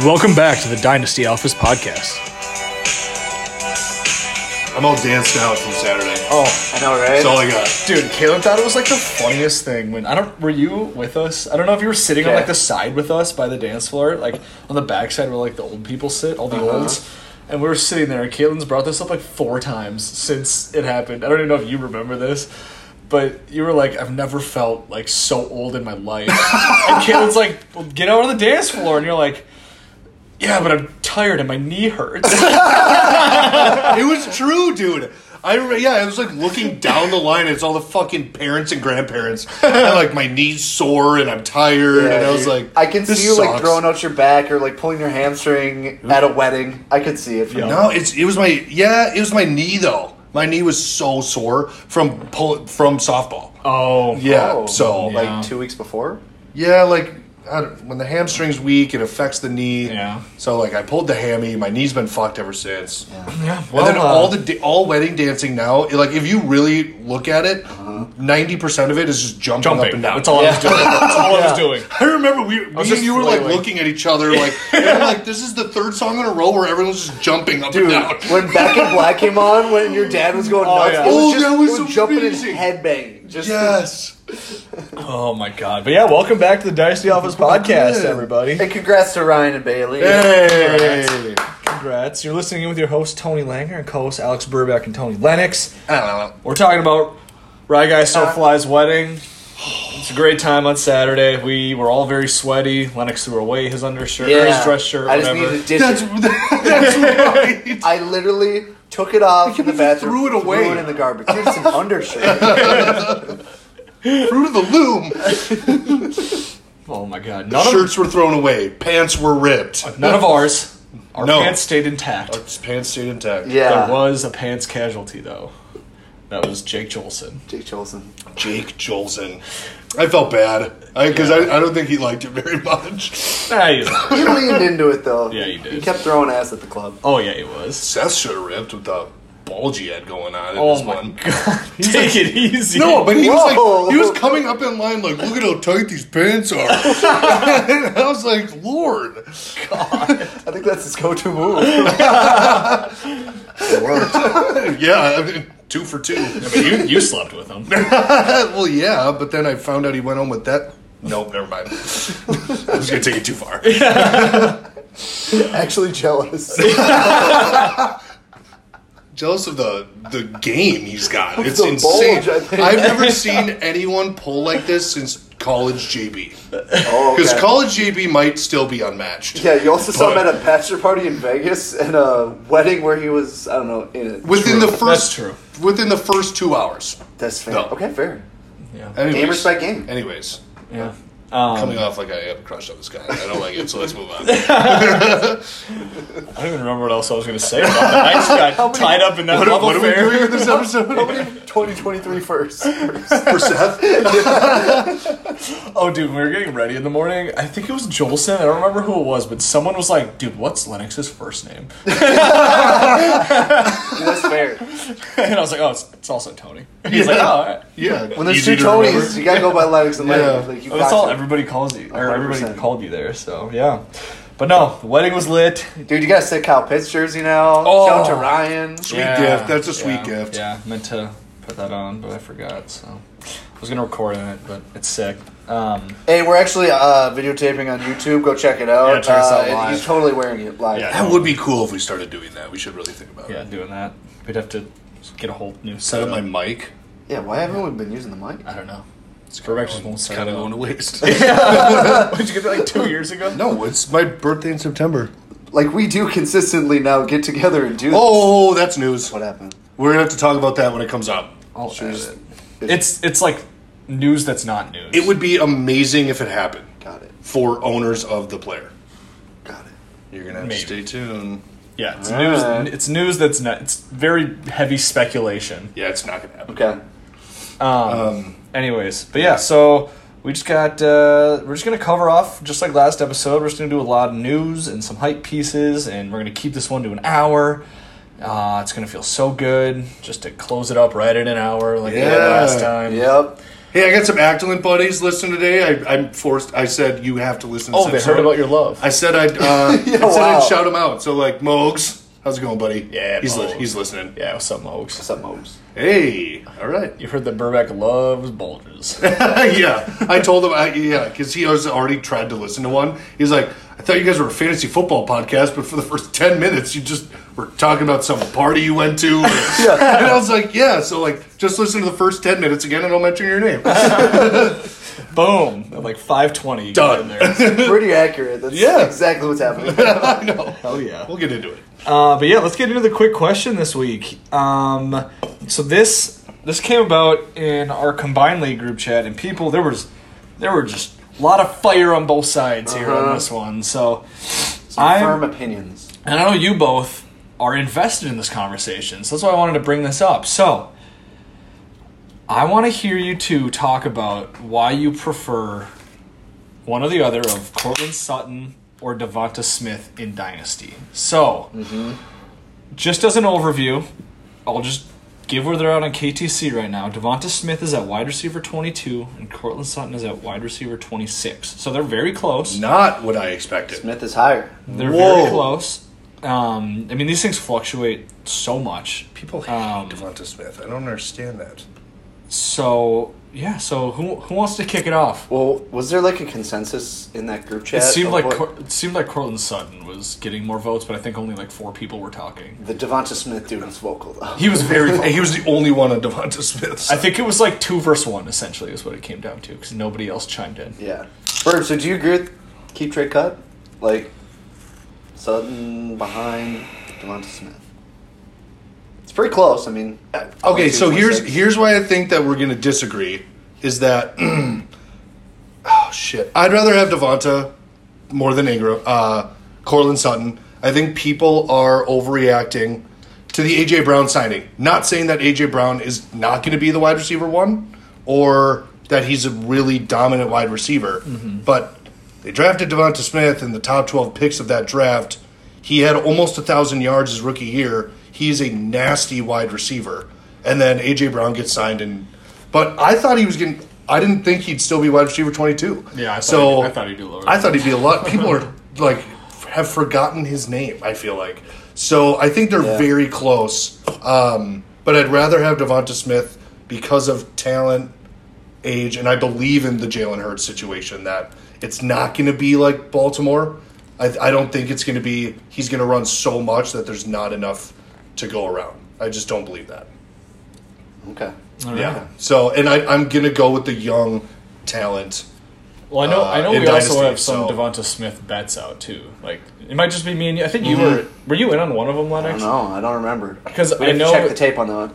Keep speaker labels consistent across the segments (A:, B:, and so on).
A: Welcome back to the Dynasty Alphas podcast.
B: I'm all danced out from Saturday.
A: Oh,
C: I know, right?
B: That's all I got.
A: dude, Caleb thought it was like the funniest thing when I don't. Were you with us? I don't know if you were sitting on
C: Yeah.
A: like the side with us by the dance floor, like on the back side where like the old people sit, all the olds. And we were sitting there. and Caitlin's brought this up like four times since it happened. I don't even know if you remember this. But you were like, I've never felt like so old in my life. and Caitlin's like, well, get out on the dance floor, and you're like, yeah, but I'm tired and my knee hurts.
B: It was true, dude. I re- yeah, I was like looking down the line. It's all the fucking parents and grandparents. And like my knees sore and I'm tired. and I was
C: dude.
B: like,
C: I can
B: this
C: see you like
B: sucks.
C: throwing out your back or like pulling your hamstring at a wedding. I could see it from
B: No, it's it was my yeah, it was my knee though. My knee was so sore from pull, from softball.
A: oh,
B: Yeah,
C: Oh,
B: so
C: like
B: like
C: two weeks before.
B: yeah, like I don't, when the hamstring's weak, it affects the knee.
A: Yeah.
B: So like I pulled the hammy. My knee's been fucked ever since.
A: yeah.
B: and then
C: Well, uh,
B: all the da- all wedding dancing now, it- like if you really look at it, 90 percent of it is just jumping, up and down.
A: That's all I was doing. That's all I was
C: Yeah.
A: doing.
B: I remember we me
A: was
B: and
A: just
B: you were like
A: flailing.
B: looking at each other like and I'm like this is the third song in a row where everyone's just jumping up
C: Dude,
B: and down.
C: when Back in Black came on, when your dad was going nuts,
A: yeah.
C: it was
B: Oh,
C: just
B: that was
C: it was jumping and
B: amazing.
C: headbanging. Just
B: yes.
A: Oh my god! But yeah, welcome back to the Dynasty Office podcast,
B: Good.
A: everybody.
C: and congrats to Ryan and Bailey.
B: Hey.
A: Congrats! You're listening in with your host Tony Langer and co-host Alex Burbeck and Tony Lennox.
B: I don't know.
A: We're talking about Rye Guy So
C: Uh,
A: Fly's wedding. It's a great time on Saturday. We were all very sweaty. Lennox threw away his undershirt, or his dress shirt,
C: I just
A: whatever.
C: needed to ditch
B: That's
C: it.
B: that's right.
C: I literally took it off in the bathroom,
B: threw it away.
C: threw it in the garbage. Dude, it's an undershirt.
B: Fruit of the loom.
A: oh my god! None
B: Shirts were thrown away. Pants were ripped.
A: of none of ours. Our
B: No.
A: pants stayed intact.
B: His pants stayed intact.
C: Yeah,
A: There was a pants casualty though. That was Jake Jolson.
C: Jake Cholson.
B: Jake Jolson. I felt bad because I, I, don't think he liked it very much.
A: Ah, he's not.
C: He leaned into it though.
A: Yeah, he did.
C: He kept throwing ass at the club.
A: oh yeah, he was.
B: Seth should have ripped with the bulge he had going on. In
A: Oh
B: this
A: my
B: one.
A: god! Take it easy.
B: No, but he was
C: Whoa.
B: like he was coming up in line like, look at how tight these pants are. and I was like, Lord,
C: I think that's his go-to move. it worked.
B: yeah, I mean, two for two.
A: you, you slept with him.
B: well, yeah, but then I found out he went home with that. Nope, never mind. I was gonna take it too far.
C: Actually jealous.
B: Jealous of the the game he's got. It's
C: the
B: insane.
C: bulge, I think.
B: I've never seen anyone pull like this since college JB.
C: Oh,
B: Because
C: okay.
B: college JB might still be unmatched.
C: Yeah, you also saw him
B: But-
C: at a bachelor party in Vegas and a wedding where he was, I don't know, in it.
B: Within
A: True.
B: the first
A: That's true.
B: within the first two hours.
C: That's fair.
B: No.
C: Okay, fair.
A: Yeah.
B: Anyways,
C: Gamers by game.
B: Anyways,
A: Yeah.
B: coming off like I have a crush on this guy. I don't like it, so let's move on.
A: I don't even remember what else I was going to say about that. I just got tied up in that
B: What,
A: love
B: what are we
A: affair.
B: doing with this episode?
C: How many 2023 first?
B: For Seth?
A: Oh, dude, we were getting ready in the morning. I think it was Jolson. I don't remember who it was, but someone was like, dude, what's Lennox's first name?
C: That's fair.
A: And I was like, oh, it's, it's also Tony. He's like, oh, all right.
B: Yeah.
C: When there's
B: Easy
C: two
B: to remember.
C: Tonys, you gotta go by Lennox and Lennox.
B: Yeah.
C: Like, you
A: Well, that's
C: got
A: all
C: to.
A: everybody calls you, or everybody
C: 100%.
A: called you there, so yeah. But no, the wedding was lit.
C: Dude, you gotta say Kyle Pitts jersey now.
A: Oh.
C: Shout out to Ryan.
B: Sweet gift. That's a sweet
A: yeah,
B: gift.
A: Yeah, meant to put that on, but I forgot, so. I was going to record in it, but it's sick. Um,
C: Hey, we're actually uh, videotaping on YouTube. Go check it out.
A: Yeah, check us out
C: Uh,
A: live.
C: He's totally wearing it live.
A: Yeah.
B: That would be cool if we started doing that. We should really think about
A: Oh, yeah,
B: it.
A: doing that. We'd have to get a whole new
B: Set up
A: setup.
B: my mic.
C: Yeah, why haven't we been using the mic?
A: I don't know. Burbeck just won't
B: It's
A: set
B: kind
A: it
B: of
A: up.
B: going to waste.
A: Did you get that like two years ago?
B: no, it's my birthday in September.
C: Like, we do consistently now get together and do this.
B: Oh, that's news.
C: What happened?
B: We're going to have to talk about that when it comes out.
A: I'll
C: Should we
A: edit
C: just-
A: it. It's it's like news that's not news.
B: It would be amazing if it happened
C: Got it.
B: for owners of the player.
C: Got it.
B: You're going to have
A: Maybe.
B: to stay tuned.
A: yeah. It's
C: Alright.
A: news. It's news that's not. It's very heavy speculation.
B: Yeah, it's not going to happen.
C: Okay.
A: Anyways, but yeah, so we just got. Uh, we're just gonna cover off just like last episode. We're just gonna do a lot of news and some hype pieces, and we're gonna keep this one to an hour. Uh, it's gonna feel so good just to close it up right at an hour like we did
B: Yeah.
A: last time.
C: Yep.
B: Hey, I got some Actolin buddies listening today. I, I'm forced. I said you have to listen. to
A: Oh,
B: this
A: they
B: episode."
A: heard about your love.
B: I said I'd. Uh, I said
C: wow.
B: I'd shout him out. So like Moogs, how's it going, buddy?
A: Yeah,
B: he's li-
A: Moogs.
B: he's listening.
A: yeah, what's up, Mokes?
C: What's up, Mose?
B: Hey, all right.
A: You heard that Burback loves bulges.
B: yeah, I told him. I, yeah, because he has already tried to listen to one. He's like, I thought you guys were a fantasy football podcast, but for the first ten minutes, you just were talking about some party you went to. and I was like, yeah. So like, just listen to the first ten minutes again, and I'll mention your name.
A: Boom! At like five twenty, you
B: Done.
A: get in there.
C: Pretty accurate. That's
B: Yeah.
C: exactly what's happening.
B: I know.
A: Hell Oh, yeah.
B: We'll get into it.
A: Uh, but yeah, let's get into the quick question this week. Um, so this this came about in our combined league group chat, and people there was there were just a lot of fire on both sides here on
C: Uh-huh.
A: this one. So I'm-
C: Firm opinions.
A: and I know you both are invested in this conversation, so that's why I wanted to bring this up. So I want to hear you two talk about why you prefer one or the other of Cortland Sutton or Devonta Smith in Dynasty. So, just as an overview, I'll just give where they're at on KTC right now. Devonta Smith is at wide receiver 22, and Cortland Sutton is at wide receiver 26. So they're very close.
B: Not what I expected.
C: Smith is higher.
A: They're
B: Whoa.
A: very close. Um, I mean, these things fluctuate so much.
B: People hate
A: Um,
B: Devonta Smith. I don't understand that.
A: So yeah. So who who wants to kick it off?
C: Well, was there like a consensus in that group
A: It
C: chat?
A: seemed
C: of
A: like
C: what-
A: Cor- it seemed like Cortland Sutton was getting more votes, but I think only like four people were talking.
C: the Devonta Smith dude was vocal though.
A: He was very.
B: Very. he was the only one on Devonta Smith.
A: I think it was like two versus one essentially is what it came down to because nobody else chimed in.
C: Yeah. Burb, so do you agree with keep trade cut? Like Sutton behind Devonta Smith. It's pretty close. I mean,
B: Okay,
C: obviously
B: so
C: it's
B: here's
C: 26.
B: here's why I think that we're gonna disagree is that oh shit. I'd rather have Devonta more than Ingram uh Corlin Sutton. I think people are overreacting to the AJ Brown signing. Not saying that AJ Brown is not gonna be the wide receiver one or that he's a really dominant wide receiver.
A: Mm-hmm.
B: But they drafted Devonta Smith in the top twelve picks of that draft. He had almost a thousand yards his rookie year. He is a nasty wide receiver. And then AJ Brown gets signed, and but I thought he was getting. I didn't think he'd still be wide receiver twenty two.
A: Yeah, I thought
B: so
A: he- I thought he'd be lower.
B: I thought he'd be a lot. People are like have forgotten his name. I feel like so. I think they're
C: Yeah.
B: very close. Um, but I'd rather have Devonta Smith because of talent, age, and I believe in the Jalen Hurts situation that it's not going to be like Baltimore. I, I don't think it's going to be he's going to run so much that there's not enough to go around. I just don't believe that.
C: okay.
A: All right.
B: Yeah. So, and I, I'm going to go with the young talent.
A: Well, I know. I know
B: in
A: we
B: Dynasty,
A: also have
B: so-
A: some Devonta Smith bets out too. Like it might just be me and you. I think you were. Were you in on one of them,
C: I don't
A: Lennox?
C: know. I don't remember.
A: 'Cause
C: We
A: I
C: have to
A: know-
C: check the tape on that. one.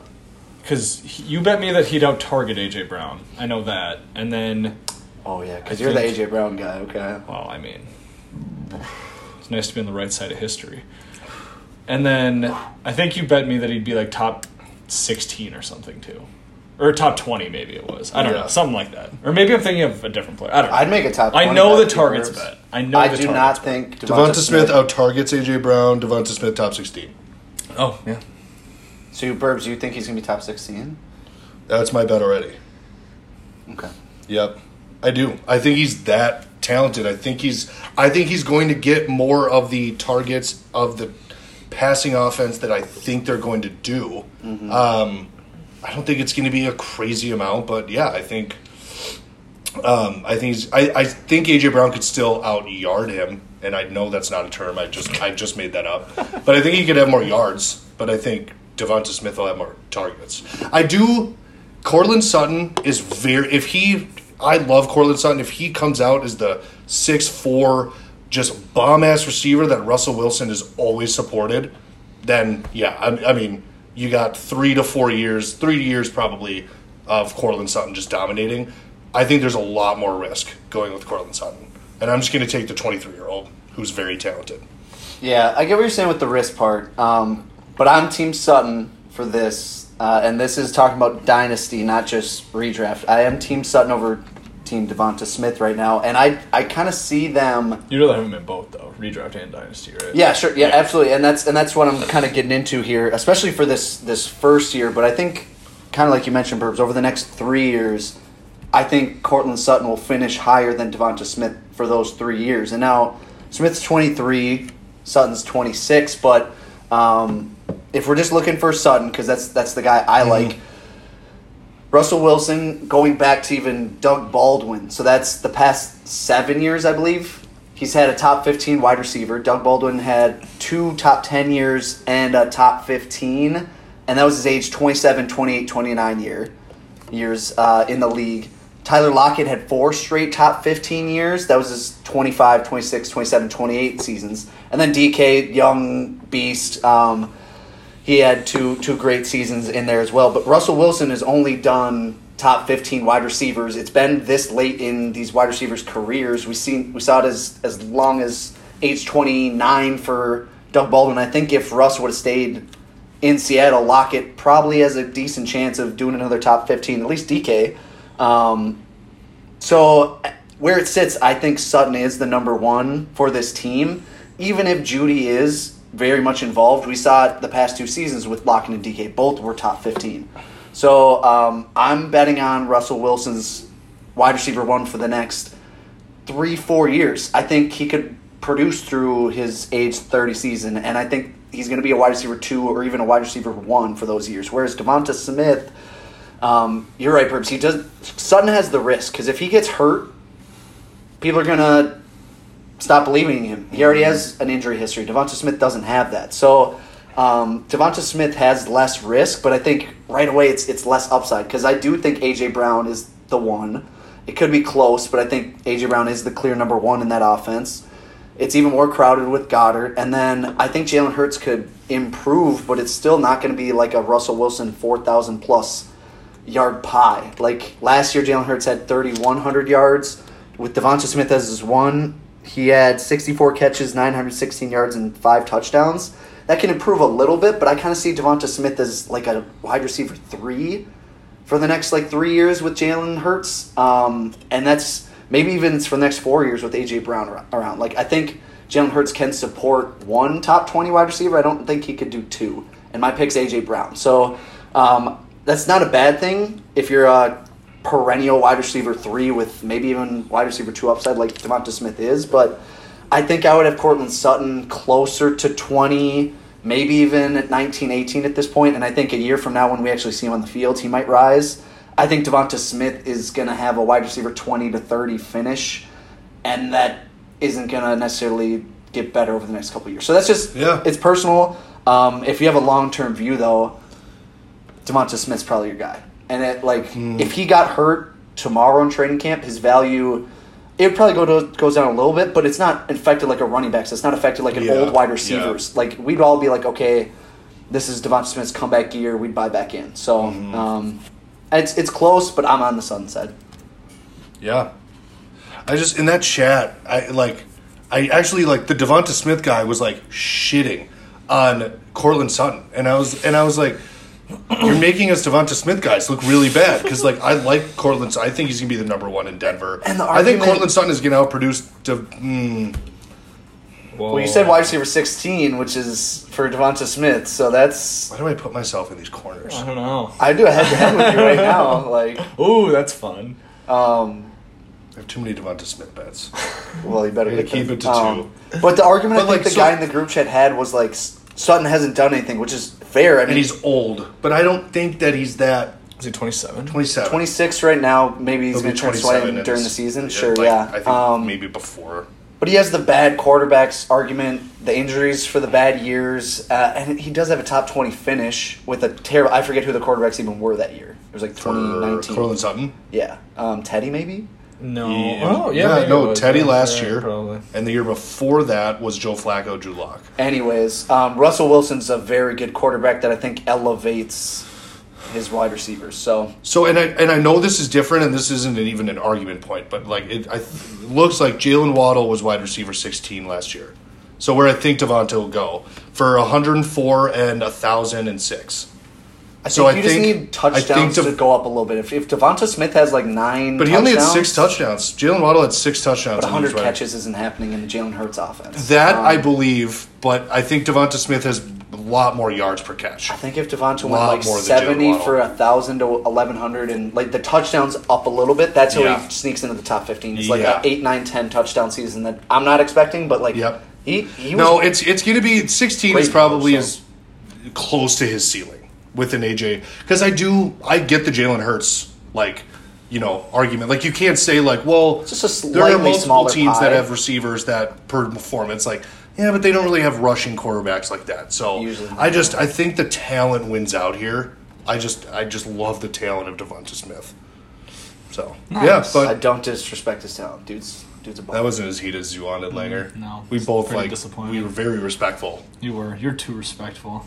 A: Because you bet me that he'd out target AJ Brown. I know that. And then
C: Oh yeah, because
A: I
C: you're
A: think-
C: the AJ Brown guy. Okay.
A: Well, I mean, it's nice to be on the right side of history. And then I think you bet me that he'd be like top 16 or something too. Or top 20, maybe it was. I don't
B: Yeah.
A: know. Something like that. Or maybe I'm thinking of a different player. I don't know.
C: I'd make a top.
A: I
C: 20
A: know the
C: bet,
A: targets
C: Burbs.
A: bet. I know
C: I
A: the
C: do
A: targets bet.
C: not think
B: Devonta Smith oh. out targets AJ Brown. Devonta Smith top 16.
A: oh, yeah.
C: So you Burbs, you think he's gonna be top sixteen?
B: That's my bet already.
C: Okay.
B: Yep. I do. I think he's that talented. I think he's I think he's going to get more of the targets of the passing offense that I think they're going to do. Um, I don't think it's going to be a crazy amount, but yeah, I think um, I think he's, I, I think AJ Brown could still out yard him, and I know that's not a term. I just I just made that up, but I think he could have more yards. But I think Devonta Smith will have more targets. I do. Cortland Sutton is very. If he, I love Cortland Sutton. If he comes out as the six four, just bomb ass receiver that Russell Wilson has always supported, then yeah, I, I mean, you got three to four years, three years probably of Cortland Sutton just dominating. I think there's a lot more risk going with Cortland Sutton, and I'm just going to take the 23 year old who's very talented.
C: Yeah, I get what you're saying with the wrist part, um, but I'm Team Sutton for this, uh, and this is talking about dynasty, not just redraft. I am Team Sutton over Team Devonta Smith right now, and I I kind of see them.
A: You'd rather have him in both, though. Redraft and Dynasty, right?
C: Yeah, sure, yeah, absolutely, and that's and that's what I'm kind of getting into here, especially for this this first year. But I think, kind of like you mentioned, Burbs, over the next three years, I think Cortland Sutton will finish higher than Devonta Smith for those three years. And now Smith's 23, Sutton's 26. But um, if we're just looking for Sutton, because that's that's the guy I like. Russell Wilson going back to even Doug Baldwin. So that's the past seven years, I believe. He's had a top 15 wide receiver. Doug Baldwin had two top 10 years and a top 15. And that was his age 27, 28, 29 year, years uh, in the league. Tyler Lockett had four straight top 15 years. That was his 25, 26, 27, 28 seasons. And then DK, young beast. Um, he had two two great seasons in there as well. But Russell Wilson has only done top fifteen wide receivers. It's been this late in these wide receivers' careers. We seen we saw it as as long as age twenty nine for Doug Baldwin. I think if Russ would have stayed in Seattle, Lockett probably has a decent chance of doing another top fifteen. At least DK. Um, so where it sits, I think Sutton is the number one for this team. Even if Judy is very much involved, we saw it the past two seasons with Lockett and DK. Both were top fifteen. So um, I'm betting on Russell Wilson's wide receiver one for the next three, four years. I think he could produce through his age 30 season, and I think he's going to be a wide receiver two or even a wide receiver one for those years. Whereas Devonta Smith, um, you're right, Perps. He does. Sutton has the risk because if he gets hurt, people are going to stop believing in him. He already has an injury history. Devonta Smith doesn't have that, so. Um, Devonta Smith has less risk, but I think right away it's it's less upside because I do think AJ Brown is the one. It could be close, but I think AJ Brown is the clear number one in that offense. It's even more crowded with Goddard, and then I think Jalen Hurts could improve, but it's still not going to be like a Russell Wilson four thousand plus yard pie. Like last year, Jalen Hurts had thirty one hundred yards. With Devonta Smith as his one, he had sixty four catches, nine hundred sixteen yards, and five touchdowns. That can improve a little bit, but I kind of see Devonta Smith as like a wide receiver three for the next like three years with Jalen Hurts, um, and that's maybe even it's for the next four years with AJ Brown ar- around. Like I think Jalen Hurts can support one top twenty wide receiver. I don't think he could do two, and my pick's AJ Brown. So um, that's not a bad thing if you're uh, a perennial wide receiver three with maybe even wide receiver two upside like Devonta Smith is, but. I think I would have Cortland Sutton closer to 20, maybe even at 19, 18 at this point. And I think a year from now, when we actually see him on the field, he might rise. I think Devonta Smith is going to have a wide receiver 20 to 30 finish, and that isn't going to necessarily get better over the next couple of years. So that's just,
B: Yeah.
C: it's personal. Um, if you have a long term view, though, Devonta Smith's probably your guy. And it like if he got hurt tomorrow in training camp, his value it would probably go to, goes down a little bit, but it's not affected like a running back. So it's not affected like an
B: Yeah,
C: old wide
B: yeah.
C: receivers. Like we'd all be like, okay, this is Devonta Smith's comeback year. We'd buy back in. So um, it's it's close, but I'm on the Sun side.
B: Yeah. I just in that chat, I like I actually like the Devonta Smith guy was like shitting on Cortland Sutton. And I was and I was like, You're making us Devonta Smith guys look really bad. Because like I like Cortland Sutton. I think he's gonna be the number one in Denver.
C: And the
B: I think
C: argument-
B: Cortland Sutton is gonna outproduce De- mm,
C: Well, you
A: Oh.
C: said wide receiver 16, which is for Devonta Smith. So that's
B: why do I put myself in these corners?
A: I don't know.
C: I do a head to head with you right now. Like,
A: Ooh, that's fun.
C: um,
B: I have too many Devonta Smith bets.
C: Well, you better
B: Yeah,
C: get
B: keep
C: them. Um,
B: it to two.
C: But the argument
B: But,
C: I think
B: like,
C: the
B: so-
C: guy in the group chat had was like S- Sutton hasn't done anything, which is fair. I
B: And
C: mean, he's
B: he's old, but I don't think that he's that
A: Is he 27?
B: twenty seven.
C: 26 right now. Maybe he's
B: He'll
C: going
B: be
C: to turn
B: 27
C: sweating
B: in
C: during the
B: this-
C: season.
B: yeah,
C: sure,
B: like,
C: yeah.
B: I think
C: um,
B: maybe before.
C: But he has the bad quarterbacks argument, the injuries for the bad years, uh, and he does have a top 20 finish with a terrible. I forget who the quarterbacks even were that year. It was like
B: for
C: 2019.
B: Cortland Sutton.
C: Yeah. Um, Teddy, maybe?
A: No.
B: Yeah.
A: Oh, yeah. maybe it
B: no,
A: was.
B: Teddy
A: Yeah,
B: last
A: yeah,
B: year,
A: Probably.
B: and the year before that was Joe Flacco, Drew Lock.
C: Anyways, um, Russell Wilson's a very good quarterback that I think elevates his wide receivers. So
B: So, and I and I know this is different, and this isn't an, even an argument point, but like it, I, it looks like Jalen Waddle was wide receiver sixteen last year. So where I think Devonta will go for 104 and 1,006.
C: I
B: So
C: think
B: I
C: you just
B: think- I
C: need
B: think
C: touchdowns
B: to-
C: to go up a little bit. If, if Devonta Smith has like nine,
B: But he only had six touchdowns. Jalen Waddle had six touchdowns.
C: But
B: and he was
C: 100
B: wide-
C: catches isn't happening in the Jalen Hurts offense.
B: That
C: Um,
B: I believe, but I think Devonta Smith has lot more yards per catch.
C: I think if Devonta went
B: Lot
C: like
B: more than
C: seventy
B: Jalen
C: for thousand to eleven hundred, and like the touchdowns up a little bit, that's how
B: Yeah.
C: he sneaks into the top fifteen. It's like
B: Yeah.
C: an eight, nine, ten touchdown season that I'm not expecting, but like
B: Yep.
C: he, he
B: No,
C: was,
B: it's it's going to be 16 is
C: Great,
B: probably
C: so.
B: as close to his ceiling with an AJ because I do I get the Jalen Hurts like you know argument like you can't say like well
C: Just a slightly smaller
B: teams
C: pie.
B: that have receivers that per performance like yeah but they don't really have rushing quarterbacks like that so
C: Usually not.
B: I just I think the talent wins out here I just I just love the talent of Devonta Smith so yeah
C: I
B: but
C: don't disrespect his talent, dude's dude's a ball.
B: that wasn't as heated as you wanted Langer
A: Mm, no,
B: we
A: it's
B: both
A: pretty
B: like
A: disappointing.
B: we were very respectful
A: You were. You're too respectful.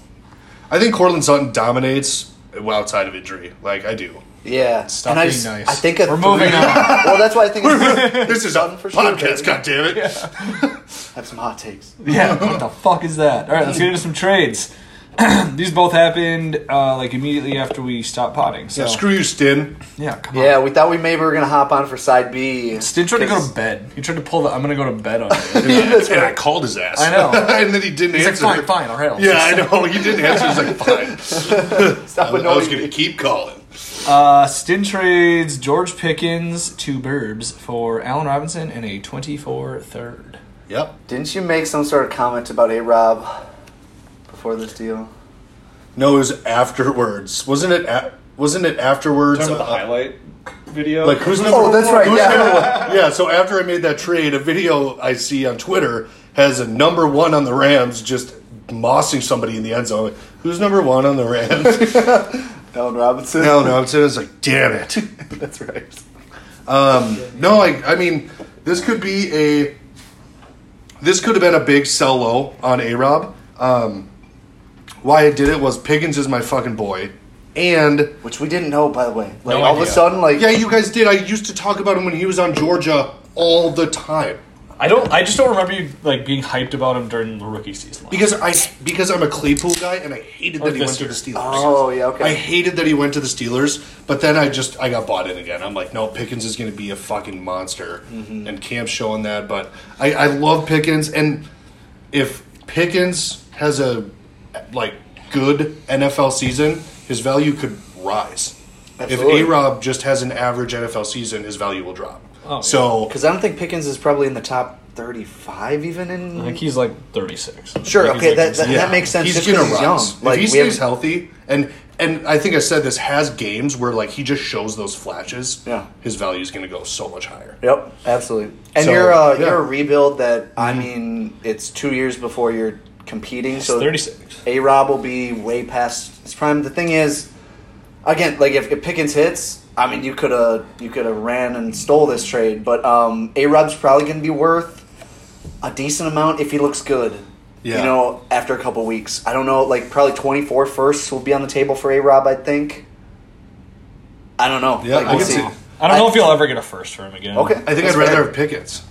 B: I think Cortland Sutton dominates outside of injury. Like I do.
C: yeah,
A: Stop
C: I
A: being
C: just-
A: nice.
C: I think a
A: We're moving
C: three-
A: on.
C: well, that's why I think it's-
B: This is a
C: Sutton for sure,
B: podcast.
C: baby.
B: God damn it!
C: have some hot takes.
A: Yeah, what the fuck is that? All right, let's get into some trades. These both happened uh, like immediately after we stopped potting. So
B: Yeah, Screw you, Stin.
A: yeah, come on.
C: Yeah, we thought we maybe were gonna hop on for side B.
A: Stin tried to go to
C: Because-
A: bed. He tried to pull the I'm gonna go to bed on it.
C: That's
B: and I
C: right.
B: called his ass.
A: I know.
B: and then he didn't
A: He's like,
B: answer.
A: fine, fine, all right. I'll
B: Yeah,
A: just-
B: I know. He didn't answer. He's like, fine.
C: Stop
B: I, I was
C: annoying
B: going to
C: me.
B: keep calling.
A: Uh, Stin trades George Pickens to Burbs for Allen Robinson and a 24 third.
B: Yep.
C: Didn't you make some sort of comment about a Rob before this deal?
B: No, it was afterwards. Wasn't it? A- wasn't it afterwards?
D: Remember the
B: uh,
D: highlight video?
B: Like who's number?
C: Oh, that's right.
B: Who's
C: Yeah.
B: number one? yeah. So after I made that trade, a video I see on Twitter has a number one on the Rams just mossing somebody in the end zone. Like, who's number one on the Rams?
C: Allen Robinson.
B: Allen Robinson. I was like, damn it.
C: that's right.
B: No, I, I mean, this could be a. This could have been a big sell low on A Rob. Um, why I did it was Pickens is my fucking boy, and
C: Which we didn't know, by the way. Like
A: No
C: all of
A: idea.
C: a sudden, like
B: yeah, you guys did. I used to talk about him when he was on Georgia all the time.
A: I don't. I just don't remember you like being hyped about him during the rookie season.
B: Because I because I'm a Claypool guy and I hated
A: Or
B: that he went
A: this
B: to the
A: year.
B: Steelers.
C: Oh, yeah, okay.
B: I hated that he went to the Steelers, but then I just I got bought in again. I'm like, no, Pickens is going to be a fucking monster,
C: Mm-hmm.
B: and Camp's showing that. But I, I love Pickens, and if Pickens has a like good NFL season, his value could rise.
C: Absolutely.
B: If A Rob just has an average NFL season, his value will drop.
A: Oh,
B: so
C: because I don't think Pickens is probably in the top thirty-five, even in.
A: I think he's like 36.
C: Sure,
A: Like, he's,
C: okay,
A: like,
C: that- that-
A: insane.
C: makes sense
B: He's
C: just
B: gonna
C: 'cause he's
B: rise.
C: young. Like,
B: if he
C: we
B: stays
C: haven't-
B: healthy, and and I think I said this has games where like he just shows those flashes.
C: Yeah.
B: his value is gonna go so much higher.
C: Yep, absolutely. And
B: So,
C: you're uh,
B: yeah.
C: you're a rebuild that I
A: Mm-hmm.
C: mean, it's two years before you're competing.
A: He's
C: So
A: 36.
C: A Rob will be way past his prime. The thing is, again, like if, if Pickens hits, I mean, you could have you could have ran and stole this trade, but um, A Rob's probably going to be worth a decent amount if he looks good.
B: Yeah.
C: You know, after a couple weeks, I don't know, like probably 24 firsts will be on the table for A Rob. I think. I don't know.
B: Yeah,
C: like,
B: I
C: we'll
B: can
C: see.
B: see.
A: I don't know if you'll ever get a first for him again.
C: Okay,
B: I think
C: that's
B: I'd rather
C: fair.
B: have Pickens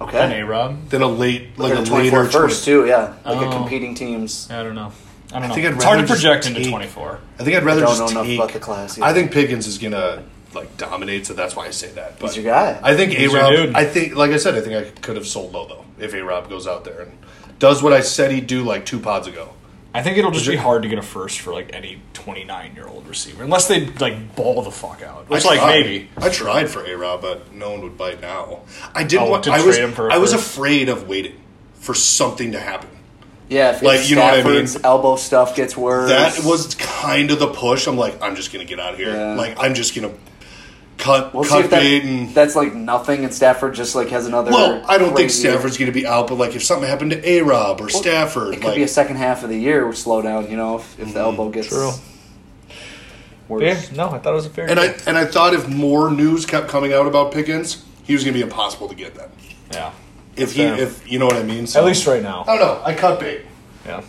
A: And
C: Okay.
A: A Rob.
B: than a late like
C: Like
B: a
C: a 24
B: later
C: first, too, yeah. Like a
A: Oh.
C: competing teams.
A: I don't know. I don't know.
B: think I'd
A: it's hard to
B: rather just
A: project into
B: take-
A: 24.
B: I think I'd rather
C: I don't
B: just
C: know enough
B: take-
C: about the class, yeah.
B: I think Pickens is gonna like dominate, so that's why I say that. But
C: your guy.
B: I think A
A: He's your
B: Rob.
A: dude.
B: I think, like I said, I think I could have sold low though if A Rob goes out there and does what I said he'd do like two pods ago.
A: I think it'll just be hard to get a first for like any 29 year old receiver, unless they like ball the fuck out. Which like
B: tried.
A: maybe.
B: I tried for A Rob, but no one would bite now. I didn't
A: Oh,
B: want
A: to
B: I was
A: trade him for a
B: I was
A: first?
B: afraid of waiting for something to happen.
C: Yeah, if,
B: Like,
C: if
B: you know what I mean?
C: Stafford's elbow stuff gets worse.
B: That was kind of the push. I'm like, I'm just gonna get out of here.
C: Yeah.
B: Like I'm just gonna cut
C: We'll see
B: cut
C: if that,
B: bait and
C: that's like nothing, and Stafford just like has another.
B: well, I don't think
C: great year.
B: Stafford's going to be out, but like if something happened to A Rob or Stafford,
C: It could
B: like Mm-hmm.
C: be a second half of the year slowdown. You know, if, if the elbow gets
A: True.
C: worse.
A: Yeah, no, I thought it was a fair.
B: and I and I thought if more news kept coming out about Pickens, he was going to be impossible to get then.
A: yeah,
B: If he,
A: Fair.
B: if you know what I mean, so,
A: at least right now.
B: I don't know. I cut bait.
A: Yeah.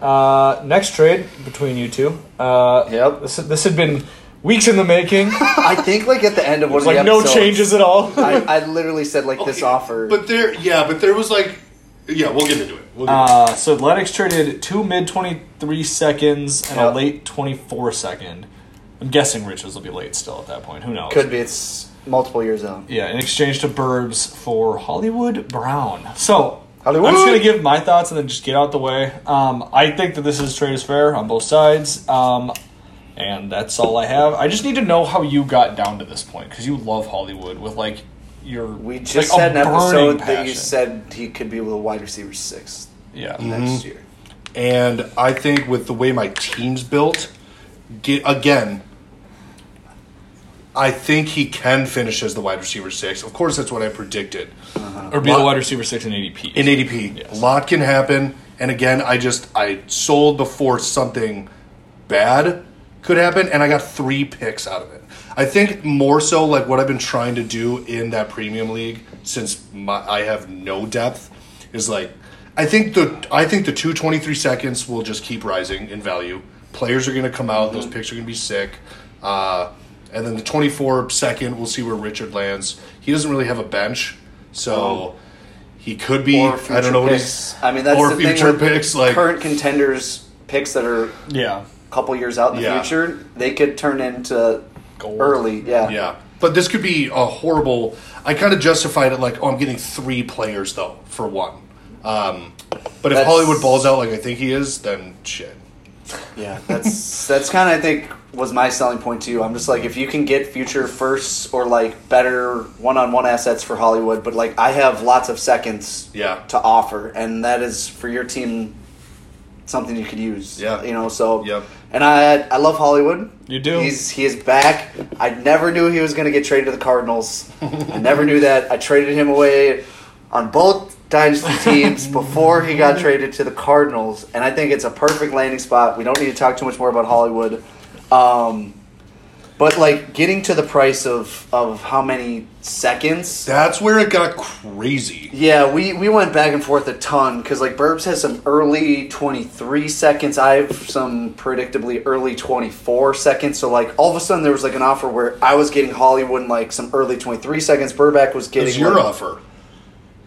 A: Uh, next trade between you two. Uh,
C: Yep.
A: This, this had been weeks in the making. It's
C: I think like at the end of one of
A: like
C: the
A: no
C: episodes,
A: changes at all.
C: I, I literally said like this
B: Okay,
C: offer.
B: but there, yeah, but there was like, yeah, we'll get into it. We'll get
A: Uh, so Athletics traded two mid 23 seconds and
C: Yeah.
A: a late 24 second. I'm guessing Riches will be late still at that point. Who knows?
C: could be it's multiple years out.
A: Yeah, in exchange to Burbs for Hollywood Brown. So
C: Hollywood.
A: I'm just gonna give my thoughts and then just get out the way. Um, I think that this is trade is fair on both sides, um, and that's all I have. I just need to know how you got down to this point because you love Hollywood with like your
C: We
A: like,
C: just
A: a
C: had an
A: burning
C: episode that you
A: passion.
C: said Mm-hmm. he could be with a wide receiver six
A: yeah.
B: Mm-hmm.
C: next year.
B: And I think with the way my team's built, ge- again, I think he can finish as the wide receiver six. Of course, that's what I predicted
A: or be the
B: Lot-
A: wide receiver six in ADP.
B: in ADP.
A: Yes.
B: A lot can happen. And again, I just I sold before something bad could happen, and I got three picks out of it. I think more so like what I've been trying to do in that premium league since my, I have no depth is like I think the I think the two twenty three seconds will just keep rising in value. Players are going to come out; those picks are going to be sick. Uh, and then the twenty four second, we'll see where Richard lands. He doesn't really have a bench, so. He could be.
C: Or
B: I
C: future
B: don't know what he's.
C: picks. I mean, that's
B: or
C: the
B: future
C: thing with
B: picks like
C: current contenders picks that are a
A: yeah,
C: couple years out in the
B: Yeah.
C: future. They could turn into
A: Gold.
C: early. Yeah.
B: yeah. But this could be a horrible. I kind of justified it like, oh, I'm getting three players though for one. Um, but if
C: That's-
B: Hollywood balls out like I think he is, then shit.
C: Yeah, that's that's kind of I think was my selling point too. I'm just like if you can get future firsts or like better one-on-one assets for Hollywood, but like I have lots of seconds
B: Yeah.
C: to offer, and that is for your team something you could use.
B: Yeah.
C: you know. So
B: Yep.
C: and I I love Hollywood.
A: You do.
C: He's he is back. I never knew he was going to get traded to the Cardinals. I never knew that. I traded him away on both dynasty teams before he got traded to the Cardinals, and I think it's a perfect landing spot. We don't need to talk too much more about Hollywood, um, but like getting to the price of of how many seconds.
B: That's where it got crazy.
C: yeah, we, we went back and forth a ton because like Burbs has some early twenty three seconds. I have some predictably early twenty four seconds. So like all of a sudden there was like an offer where I was getting Hollywood in like some early twenty three seconds. Burback was
B: It
C: getting
B: was your
C: like,
B: offer.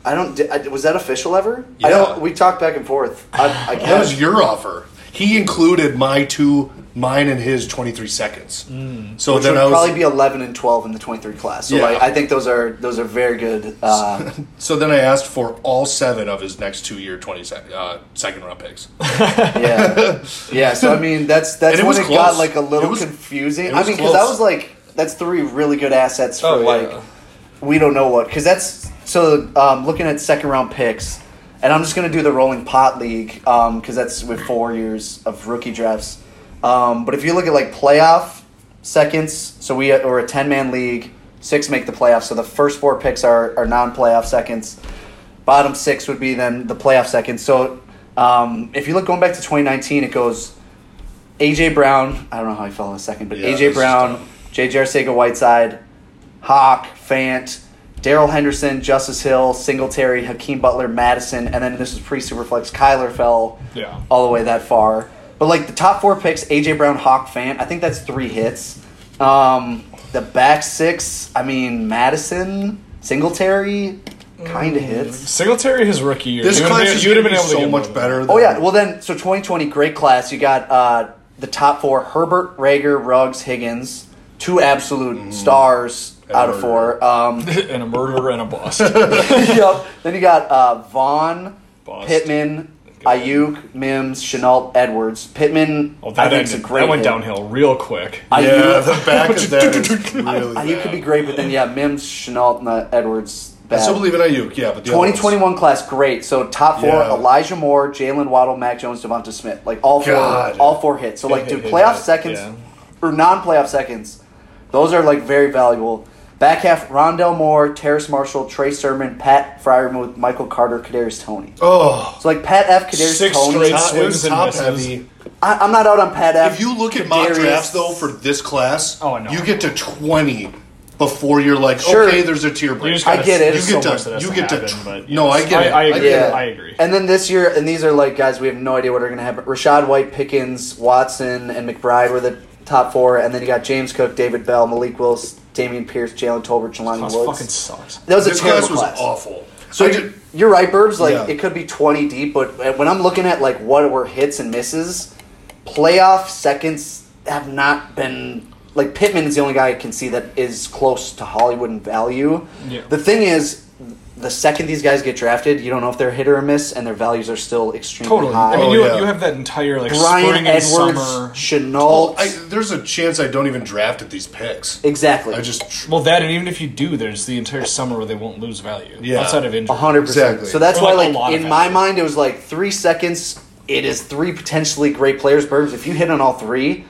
C: I don't. di- I, was that official ever?
B: Yeah.
C: I don't, we talked back and forth. I, I
B: That was
C: guess.
B: your offer. He included my two, mine and his twenty three seconds. So
C: Mm. Which
B: then
C: would
B: I was
C: probably be eleven and twelve in the twenty three class. So
B: Yeah.
C: like, I think those are those are very good. Uh,
B: So then I asked for all seven of his next two year 20 sec- uh, second round picks.
C: yeah, yeah. So I mean, that's that's
B: And it
C: when
B: was
C: it
B: close.
C: got like a
B: It
C: little
B: was-
C: confusing.
B: it
C: I
B: was
C: mean, because I
B: close.
C: was like, that's three really good assets for
A: Oh, yeah.
C: like we don't know what because that's so um, looking at second round picks and i'm just going to do the rolling pot league because that's with four years of rookie drafts um, but if you look at like playoff seconds so we are a 10 man league six make the playoffs so the first four picks are, are non-playoff seconds bottom six would be then the playoff seconds so um, if you look going back to 2019 it goes AJ Brown. I don't know how he fell in a second, but
B: Yeah,
C: AJ
B: that's
C: Brown, JJ Arcega Whiteside, Hawk, Fant, Daryl Henderson, Justice Hill, Singletary, Hakeem Butler, Madison, and then this is pre Superflex. Kyler fell
A: Yeah.
C: all the way that far. But like the top four picks, AJ Brown, Hawk, Fant. I think that's three hits. Um, the back six, I mean Madison, Singletary, kind of hits.
A: Singletary his rookie year.
B: This
A: You would've
B: class
A: been-
B: is
A: you would've
B: going to be
A: been able to
B: so
A: get
B: much
A: more.
B: better. Than
C: Oh yeah. Well then, so 2020 great class. You got uh, the top four: Herbert, Rager, Ruggs, Higgins. Two absolute
A: Mm-hmm.
C: stars out of four. Um,
A: and a murderer and a boss.
C: yep. Then you got uh, Vaughn,
A: Bust.
C: Pittman, Ayuk, Mims, Chenault, Edwards. Pittman.
A: Well, Oh, that,
C: I think's
A: ended,
C: a great.
A: that went
C: hit.
A: downhill real quick.
C: Ayuk,
B: Yeah, the back is there. is really
C: Ayuk
B: bad.
C: could be great, but then yeah, Mims, Chenault, and uh, Edwards.
B: I
C: Bad.
B: still believe in Ayuk, yeah, but the other ones-
C: 2021 class, great. So top four:
B: Yeah.
C: Elijah Moore, Jalen Waddle, Mac Jones, Devonta Smith. Like all four,
B: God.
C: all four hits. So like,
A: hit,
C: dude,
A: hit,
C: playoff
A: hit.
C: seconds
A: Yeah.
C: or non-playoff seconds, those are like very valuable. Back half: Rondell Moore, Terrace Marshall, Trey Sermon, Pat Fryermuth, Michael Carter, Kadarius Tony.
B: Oh,
C: So like Pat F, Kadarius
A: Six
C: Tony.
A: straight
B: top, it was
A: swings and
B: top
A: misses.
B: heavy.
C: I, I'm not out on Pat F.
B: If you look at mock
C: Kadarius-
B: drafts though for this class,
A: Oh, no.
B: you get to twenty before you're like,
C: Sure.
B: okay, there's a tier
A: You
B: break.
A: just gotta-
C: I get it.
A: there's
B: You get
A: so
B: to-
A: much that has
B: you get to
A: happen,
B: tr-
A: but
B: no, I get it.
A: I, I
B: I
A: agree.
B: get
C: Yeah,
A: I agree.
C: And then this year, and these are like guys we have no idea what are going to happen. Rashad White, Pickens, Watson, and McBride were the top four, and then you got James Cook, David Bell, Malik Willis, Damian Pierce, Jalen Tolbert, Jelani
A: Class
C: Woods.
A: fucking sucks.
C: that was a
B: this
C: terrible
B: class
C: class.
B: was awful.
C: So
B: I
C: you're,
B: ju-
C: you're right, Burbs. Like
B: Yeah.
C: it could be twenty deep, but uh, when I'm looking at like what were hits and misses, playoff seconds have not been like Pittman is the only guy I can see that is close to Hollywood in value.
A: Yeah.
C: The thing is, the second these guys get drafted, you don't know if they're hit or miss, and their values are still extremely
A: Totally.
C: high.
A: I mean,
B: Oh,
A: you,
B: yeah.
A: you have that entire like
C: Brian
A: spring and summer.
C: Edwards, Chenault.
B: Oh, I, there's a chance I don't even draft at these picks.
C: exactly.
B: I just
A: Well, that and even if you do, there's the entire summer where they won't lose value
B: Yeah.
A: outside of injury.
C: A hundred percent.
B: Exactly.
C: So that's
A: Or,
C: why,
A: like, a
C: like,
A: lot of
C: in my
A: value.
C: mind, it was like three seconds. It is three potentially great players. Burbs, if you hit on all three,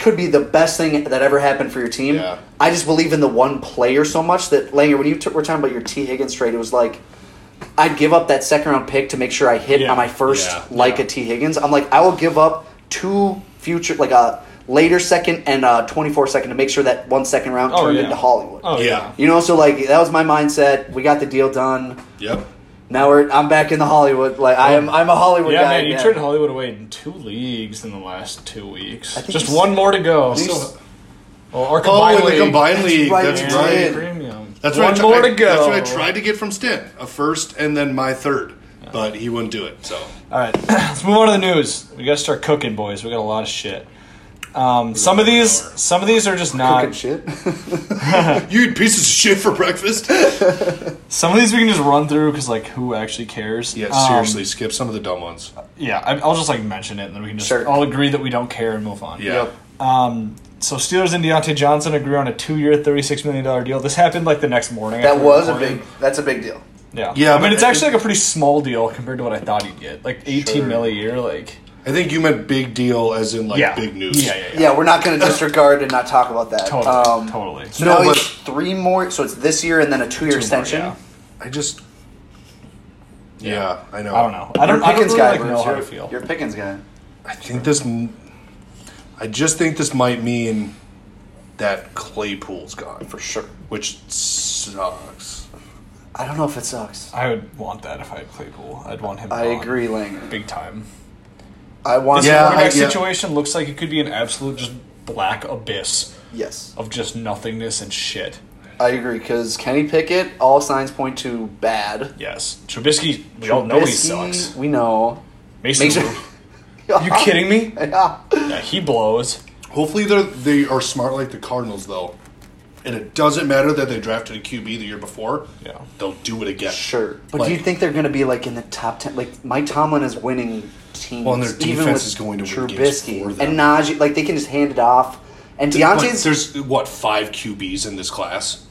C: could be the best thing that ever happened for your team.
B: Yeah.
C: I just believe in the one player so much that Langer, when you t- were talking about your T Higgins trade, it was like. I'd give up that second round pick to make sure I hit
A: Yeah.
C: on my first
B: Yeah.
C: like a T Higgins. I'm like I will give up two future like a later second and a 24 second to make sure that one second round
A: Oh,
C: turned
A: yeah.
C: into Hollywood.
A: Oh
B: Yeah.
A: yeah.
C: You know, so like that was my mindset. We got the deal done.
B: yep.
C: Now we're I'm back in the Hollywood. Like I am I'm a Hollywood
A: Oh. Yeah,
C: guy.
A: man, you
C: again.
A: traded Hollywood away in two leagues in the last two weeks.
C: think
A: Just
C: he's-
A: one more to go.
B: So-
A: Well, our
B: oh,
A: combined
B: in the
A: league.
B: combined league.
C: right,
B: That's
C: you
B: right.
C: did.
A: Premium.
B: That's
A: one
B: what I tri-
A: more
B: I-
A: to go.
B: That's what I tried to get from Stin, a first and then my third, but he wouldn't do it. So
A: All right, let's move on to the news. We got to start cooking, boys. We got a lot of shit. Um, some of these, some of these are just
C: Fucking
A: not.
C: shit.
B: you eat pieces of shit for breakfast.
A: Some of these we can just run through because, like, who actually cares?
B: Yeah,
A: Um,
B: seriously, skip some of the dumb ones.
A: yeah, I, I'll just like mention it, and then we can just
C: Sure.
A: all agree that we don't care and move on.
B: Yeah.
C: Yep.
A: So Steelers and Deontay Johnson agree on a two-year, thirty-six million dollar deal. This happened like the next morning.
C: That
A: after
C: was a
A: recording.
C: big that's a big deal.
A: Yeah.
B: Yeah,
A: I mean,
B: but
A: it's
B: I
A: actually
B: think-
A: like a pretty small deal compared to what I thought he'd get. Like 18
B: Sure.
A: mil a year, like
B: I think you meant big deal as in like
A: yeah.
B: big news.
A: Yeah, yeah, yeah.
C: Yeah, we're not going to disregard and not talk about that.
A: Totally.
C: Um,
A: totally.
C: So
B: No,
C: now
B: but-
C: it's three more. So it's this year and then a two-year extension.
A: yeah.
B: I just. Yeah, I know.
A: I don't know. I don't,
C: You're
A: I don't
C: Pickens
A: really
C: guy.
A: like,
C: Bruce.
A: know how
C: You're-
A: to feel.
C: You're Pickens guy.
B: I think this. m- I just think this might mean that Claypool's gone for sure, which sucks.
C: I don't know if it sucks.
A: I would want that if I had Claypool. I'd want him
C: I
A: gone.
C: agree, Langer.
A: Big time.
C: I want.
A: This
B: Yeah,
A: quarterback
B: I- yeah.
A: situation looks like it could be an absolute just black abyss
C: Yes,
A: of just nothingness and shit.
C: I agree because Kenny Pickett, all signs point to bad.
A: Yes. Trubisky, we all know he
C: Trubisky,
A: sucks.
C: We know.
A: Mason,
C: Mason-
A: Rudolph. you kidding me?
C: Yeah.
A: Yeah, he blows.
B: Hopefully, they they are smart like the Cardinals though, and it doesn't matter that they drafted a QB the year before.
A: Yeah.
B: they'll do it again.
C: Sure, but do
B: Like-
C: you think they're going to be like in the top ten? Like Mike Tomlin is winning teams.
B: Well, and their
C: even
B: defense
C: with
B: is going to win games
C: Trubisky
B: for them.
C: and Najee. Like they can just hand it off. And
B: But
C: Deontay's
B: there's what five QBs in this class.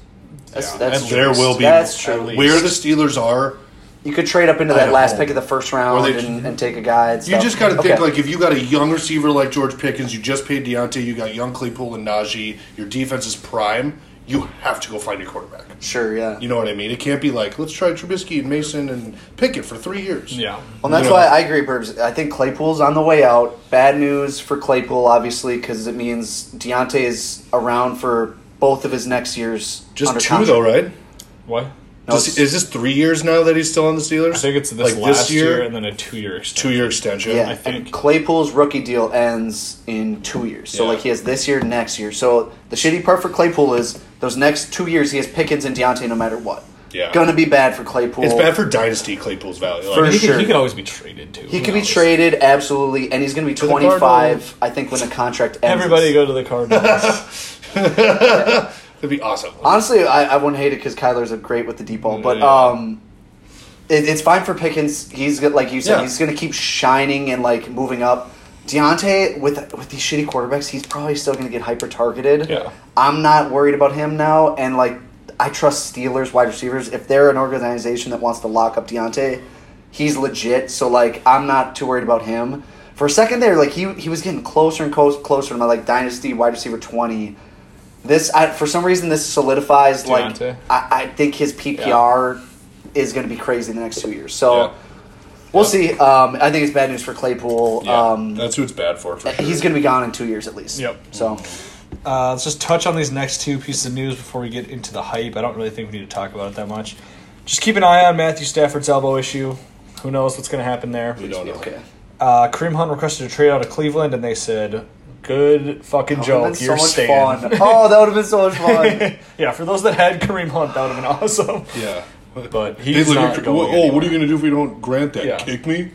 C: that's,
A: yeah,
C: that's
A: at
B: There
A: least.
B: will be.
C: That's true.
A: least.
B: Where the Steelers are,
C: you could trade up into
B: I
C: that
B: don't
C: last
B: know.
C: pick of the first round
B: Or they-
C: and, and take a guy. And
B: you
C: stuff.
B: just got to
C: Okay.
B: think like if you got a young receiver like George Pickens, you just paid Deontay, you got young Claypool and Najee. Your defense is prime. You have to go find your quarterback.
C: sure, yeah.
B: You know what I mean? It can't be like let's try Trubisky and Mason and Pickett for three years.
A: Yeah.
C: Well, that's
B: you know.
C: why I agree, Burbs. I think Claypool's on the way out. Bad news for Claypool, obviously, because it means Deontay is around for both of his next years.
B: just
C: under
B: two
C: contract.
B: though, right?
A: What?
C: No,
B: This- is
C: it's-
B: this three years now that he's still on the Steelers?
A: I think it's this last year, and then a two-year
B: two
A: extension.
B: year extension.
C: Yeah,
A: I think.
C: and Claypool's rookie deal ends in two years. So
B: Yeah.
C: like he has this year, next year. So the shitty part for Claypool is those next two years he has Pickens and Deontay no matter what.
B: Yeah.
C: gonna be bad for Claypool.
B: It's bad for dynasty Claypool's value.
A: He
B: Like,
A: could-
C: sure.
A: He could always be traded too.
C: he
A: Who
C: could be
A: knows?
C: traded absolutely, and he's gonna be
B: the
C: twenty
B: Cardinals.
C: five. I think when the contract ends.
A: Everybody go to the Cardinals.
B: that'd be awesome.
C: Honestly, I, I wouldn't hate it because Kyler's a great with the deep ball, but
A: Yeah.
C: um, it, it's fine for Pickens. He's good, like you said,
B: Yeah.
C: he's going to keep shining and like moving up. Deontay with with these shitty quarterbacks, he's probably still going to get hyper targeted.
A: Yeah.
C: I'm not worried about him now, and like I trust Steelers wide receivers. If they're an organization that wants to lock up Deontay, he's legit. So like I'm not too worried about him. For a second there, like he he was getting closer and closer, closer to my like dynasty wide receiver twenty. This I, for some reason this solidifies
A: Deontay.
C: like I, I think his PPR is going to be crazy in the next two years. So
B: Yeah.
C: we'll
B: Yeah.
C: see. Um, I think it's bad news for Claypool.
B: Yeah,
C: um,
B: that's who it's bad for. for sure.
C: he's going to be gone in two years at least.
A: Yep.
C: So
A: Uh, let's just touch on these next two pieces of news before we get into the hype. I don't really think we need to talk about it that much. Just keep an eye on Matthew Stafford's elbow issue. Who knows what's going to happen there?
B: we don't know.
C: okay.
A: Uh, Kareem Hunt requested a trade out of Cleveland, and they said, "Good fucking
C: Would've been
A: joke, you're
C: so much
A: staying."
C: fun. Oh, that would have been so much fun.
A: yeah, for those that had Kareem Hunt, that would have been awesome.
B: Yeah,
A: But
B: They
A: he's
B: look
A: not
B: at-
A: going.
B: oh, what are you gonna do if we don't grant that?
A: Yeah.
B: Kick me?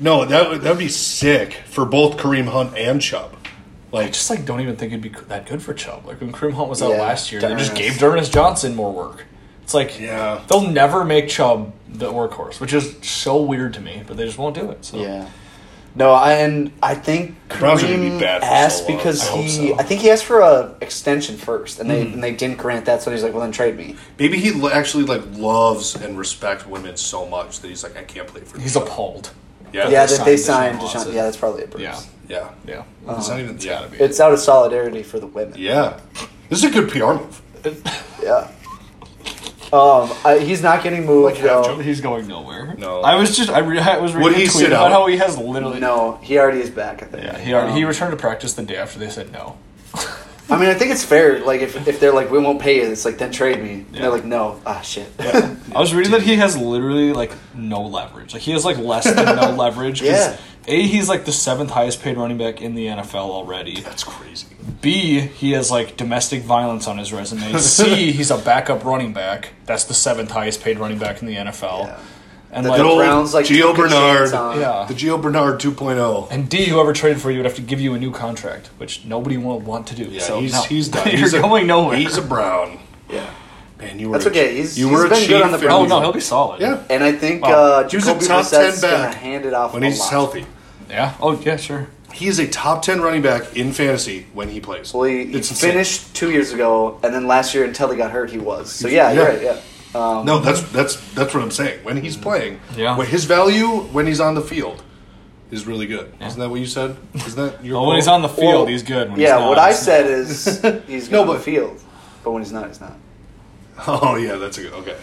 B: no, that would that'd be sick for both Kareem Hunt and Chubb. Like,
A: just like don't even think it'd be that good for Chubb. Like when Kareem Hunt was out
C: Yeah,
A: last year, they just
C: Darnus.
A: gave Dermis Johnson more work. It's like
B: Yeah.
A: they'll never make Chubb the workhorse, which is so weird to me, but they just won't do it. So
C: Yeah. No, I, and I think
B: Browns are gonna be
C: Kareem
B: bad for so
C: asked
B: long.
C: because
A: I hope
C: he,
A: so. Mm-hmm.
C: I think he asked for a extension first, and they and they didn't grant that, so he's like, well, then trade me.
B: Maybe he lo- actually like loves and respects women so much that he's like, I can't play for
A: he's
B: this."
A: appalled.
B: Yeah,
C: yeah,
A: they
C: that they
A: signed
C: signed
A: Deshaun
C: Deshaun.
A: Watson.
C: Yeah, that's probably it. Bruce.
A: Yeah,
B: yeah,
A: Uh-huh. yeah.
B: It's not even. Yeah,
A: gotta be.
C: It's out of solidarity for the women.
B: yeah. This is a good PR move.
C: Yeah. Um, I, he's not getting moved.
B: Like half
C: though.
A: He's going nowhere.
B: No.
A: I was just I, re- I was reading
B: he
A: a tweet
B: sit
A: about
B: out?
A: how he has literally
C: No, he already is back. I think.
A: Yeah, he already, he
C: Um,
A: returned to practice the day after they said no.
C: I mean, I think it's fair. Like, if, if they're like, we won't pay you, it's like, then trade me. And
A: Yeah.
C: they're like, no, ah, shit.
A: I was reading that he has literally like no leverage. Like he has like less than no leverage. 'cause
C: Yeah.
A: A, he's like the seventh highest paid running back in the NFL already.
B: That's crazy.
A: Uh-huh. B, he has like domestic violence on his resume. C, he's a backup running back. That's the seventh highest paid running back in the NFL.
C: Yeah.
A: And
C: The
A: like,
B: Good old
C: Browns, like,
B: Gio
C: took a chance
B: Bernard,
C: on-
A: Yeah.
B: the Gio Bernard oh. 2.0.
A: and D, whoever traded for you would have to give you a new contract, which nobody will want to do.
B: Yeah,
A: so
B: he's
A: no.
B: he's done.
A: You're
B: he's a-
A: going nowhere.
B: He's a Brown.
C: yeah.
B: Man, you were
C: That's
B: a-
C: okay, he's-
B: you
C: he's
B: were a
C: been good
B: chief
C: on the
B: and-
A: oh no, he'll be solid.
B: Yeah.
C: And I think
A: Wow.
C: uh,
B: He was a
C: Jacoby
B: top
C: Brissett's
B: ten
C: gonna
B: back
C: hand it off
B: when
C: a
B: he's
C: lot.
B: healthy.
A: Yeah. Oh yeah, sure.
B: He is a top ten running back in fantasy when he plays.
C: Well, he, he
B: It's insane.
C: finished two years ago, and then last year until he got hurt, he was. So yeah, you're right.
B: Yeah.
C: Yeah. Um,
B: No, that's that's that's what I'm saying. When he's playing,
A: Mm-hmm. Yeah.
B: when his value when he's on the field is really good. Isn't that what you said? Isn't that your?
A: Well, when
B: quote?
A: he's on the field,
C: Well,
A: he's good. When he's
C: yeah.
A: not,
C: What I
A: he's not.
C: said is he's good
B: No,
C: on the
B: but-
C: field, but when he's not, he's not.
B: Oh yeah, that's a good. Okay.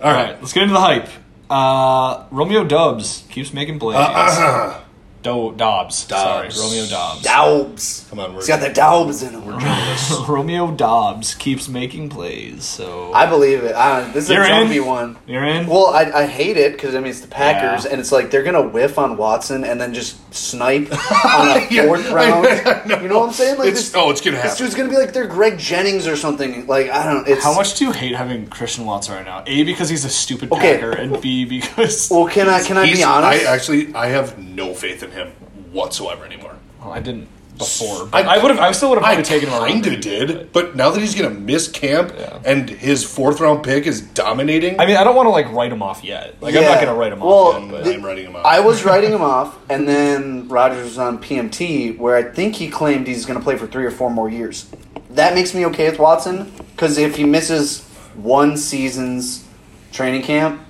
B: All
A: All
B: right.
A: right, let's get into the hype. Uh, Romeo Dubs keeps making plays.
B: Uh-huh.
A: Do- Dobbs.
B: Dobbs.
A: Sorry, Romeo Dobbs.
C: Daubs.
B: Come on, we're
C: He's got the daubs in him.
B: journalists.
A: Romeo Dobbs keeps making plays. So
C: I believe it. I, this is
A: You're
C: a
A: in?
C: jumpy one.
A: you're in.
C: Well, I, I hate it because I mean it's the Packers,
A: Yeah.
C: and it's like they're gonna whiff on Watson and then just snipe on a
B: Yeah,
C: fourth
B: I-
C: round.
B: I know.
C: You know what I'm saying? Like
B: It's- oh, it's gonna
C: This
B: happen.
C: dude's gonna be like they're Greg Jennings or something. Like I don't. It's,
A: How much do you hate having Christian Watts right now? A because he's a stupid
C: Okay.
A: Packer, and B because
C: Well, can I can I
B: He's-
C: be honest?
B: I actually I have no faith in him whatsoever anymore.
A: Well, Oh, I didn't before. But I would have. I still would have
B: I
A: probably taken him. around.
B: kind of did, but now that he's gonna miss camp
A: Yeah.
B: and his fourth round pick is dominating,
A: I mean, I don't want to like write him off yet. Like I'm not
C: Yeah.
A: gonna write him
C: Well,
A: off. Yet, but
B: I'm writing him out.
C: I was writing him off, and then Rogers was on PMT, where I think he claimed he's going to play for three or four more years. That makes me okay with Watson because if he misses one season's training camp,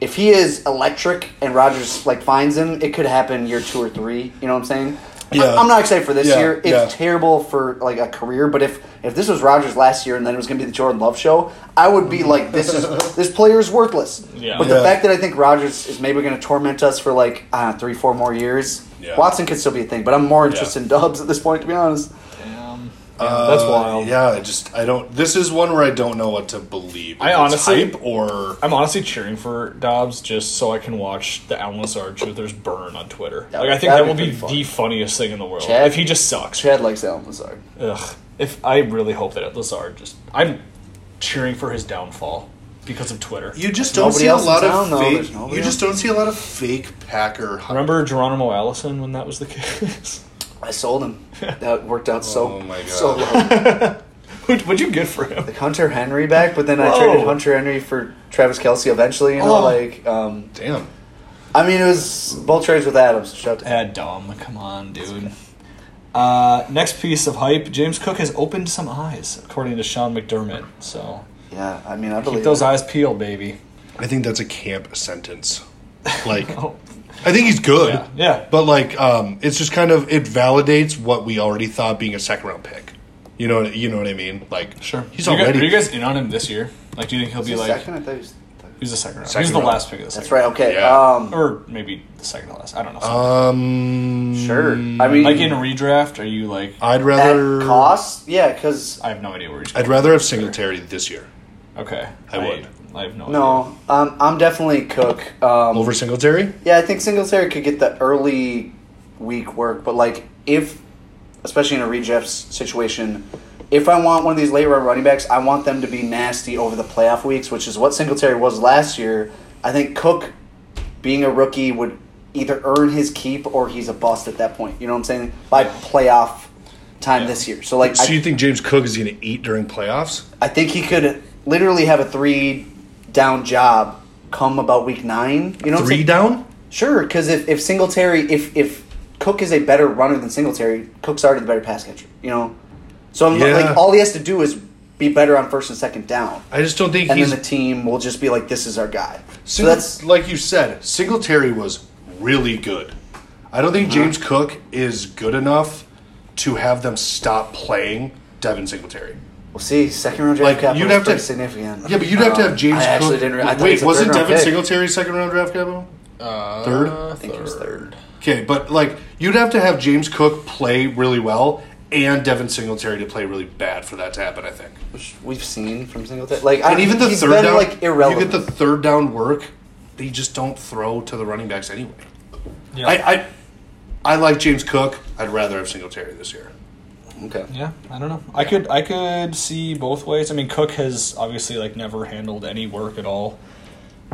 C: if he is electric and Rogers like finds him, it could happen year two or three. You know what I'm saying?
B: Yeah.
C: I, am not excited for this
B: Yeah,
C: year. It's
B: yeah.
C: terrible for like a career. But if if this was Rogers last year and then it was going to be the Jordan Love show, I would be like, this is this player is worthless.
A: Yeah.
C: But
B: Yeah.
C: the fact that I think Rogers is maybe going to torment us for like I don't know, three, four more years,
B: Yeah.
C: Watson could still be a thing. But I'm more interested in Dubs at this point, to be honest.
A: Damn.
B: Uh,
A: um, that's wild.
B: Yeah, I just I don't. This is one where I don't know what to believe.
A: I
B: If it's
A: honestly-
B: hype or
A: I'm honestly cheering for Dobbs just so I can watch the Alan Lazard truthers burn on Twitter.
C: That-
A: like I think that
C: that'd
A: will be
C: be pretty fun.
A: the funniest thing in the world.
C: Chad-
A: if he just sucks.
C: Chad likes Alan Lazard.
A: Ugh. If I really hope that Lazard just I'm cheering for his downfall because of Twitter.
B: you just don't
C: There's nobody
B: see a
C: else in
B: lot
C: town,
B: of
C: though.
B: fake.
C: There's nobody
B: You just don't see a lot of fake Packer. hype.
A: Remember Geronimo Allison when that was the case?
C: I sold him. That worked out
B: Oh
C: so
B: my God.
C: so well.
A: What'd what'd you get for him?
C: Like Hunter Henry back, but then I
A: Whoa.
C: traded Hunter Henry for Travis Kelsey eventually. You know,
A: Oh.
C: like um,
B: Damn.
C: I mean, it was both trades with Adams. Shout out to
A: Ah, dumb. Come on, dude. Uh, next piece of hype: James Cook has opened some eyes, according to Sean McDermott. So
C: Yeah, I mean, I
A: keep
C: believe
A: those
C: it.
A: eyes peeled, baby.
B: I think that's a camp sentence. Like,
A: Oh,
B: I think he's good.
A: Yeah, yeah.
B: But like, um, it's just kind of it validates what we already thought being a second round pick. You know, you know what I mean? Like,
A: sure.
B: He's
A: Are you guys-
B: already.
A: Are you guys in on him this year? Like, do you think he'll be
C: Is he
A: like?
C: second? I thought he was third.
A: He's the second round.
B: Second
A: He's the
B: round.
A: last pick of the
C: That's
A: second.
C: right. Okay.
B: Yeah.
C: Um,
A: Or maybe the second to last. I don't know.
B: Uh, um,
C: sure. I mean,
A: like in a redraft, are you like?
B: I'd
C: at
B: rather
C: cost, yeah, because
A: I have no idea where he's.
B: I'd
A: Going.
B: rather have Singletary this year
A: Okay,
B: I would.
A: I have no. idea.
C: no, um, I'm definitely Cook. Um,
B: over Singletary.
C: Yeah, I think Singletary could get the early week work, but like if, especially in a redraft situation, if I want one of these late round running backs, I want them to be nasty over the playoff weeks, which is what Singletary was last year. I think Cook, being a rookie, would either earn his keep or he's a bust at that point. You know what I'm saying? By playoff time
A: Yeah.
C: this year, so like
B: So
C: I,
B: you think James Cook is going to eat during playoffs?
C: I think he could literally have a three down job come about week nine. You know, what I'm
B: Three
C: saying?
B: down?
C: Sure, because if, if Singletary, if if Cook is a better runner than Singletary, Cook's already the better pass catcher. You know, so I'm
B: Yeah.
C: like, all he has to do is be better on first and second down,
B: I just don't think
C: and
B: he's.
C: then the team will just be like, this is our guy. So
B: Single,
C: that's
B: like you said, Singletary was really good. I don't think
C: Uh-huh.
B: James Cook is good enough to have them stop playing Devin Singletary.
C: we'll see. Second round draft
B: Like,
C: capital
B: you'd
C: is
B: have to-
C: pretty significant.
B: Yeah, but you'd have to
C: Um,
B: have James
C: I actually
B: Cook.
C: didn't. Re- I thought he
B: Wait,
C: a
B: wasn't
C: third-round
B: Devin
C: pick.
B: Singletary's second round draft capital?
A: Uh,
B: Third?
A: I
C: think it was third.
B: Okay, but like you'd have to have James Cook play really well and Devin Singletary to play really bad for that to happen. I think.
C: which we've seen from Singletary. Like, I,
B: And even the
C: he's
B: third
C: been
B: down,
C: like irrelevant.
B: you get the third down work, they just don't throw to the running backs anyway.
A: Yeah.
B: I, I I like James Cook. I'd rather have Singletary this year.
C: okay.
A: Yeah, I don't know. I could I could see both ways. I mean, Cook has obviously like never handled any work at all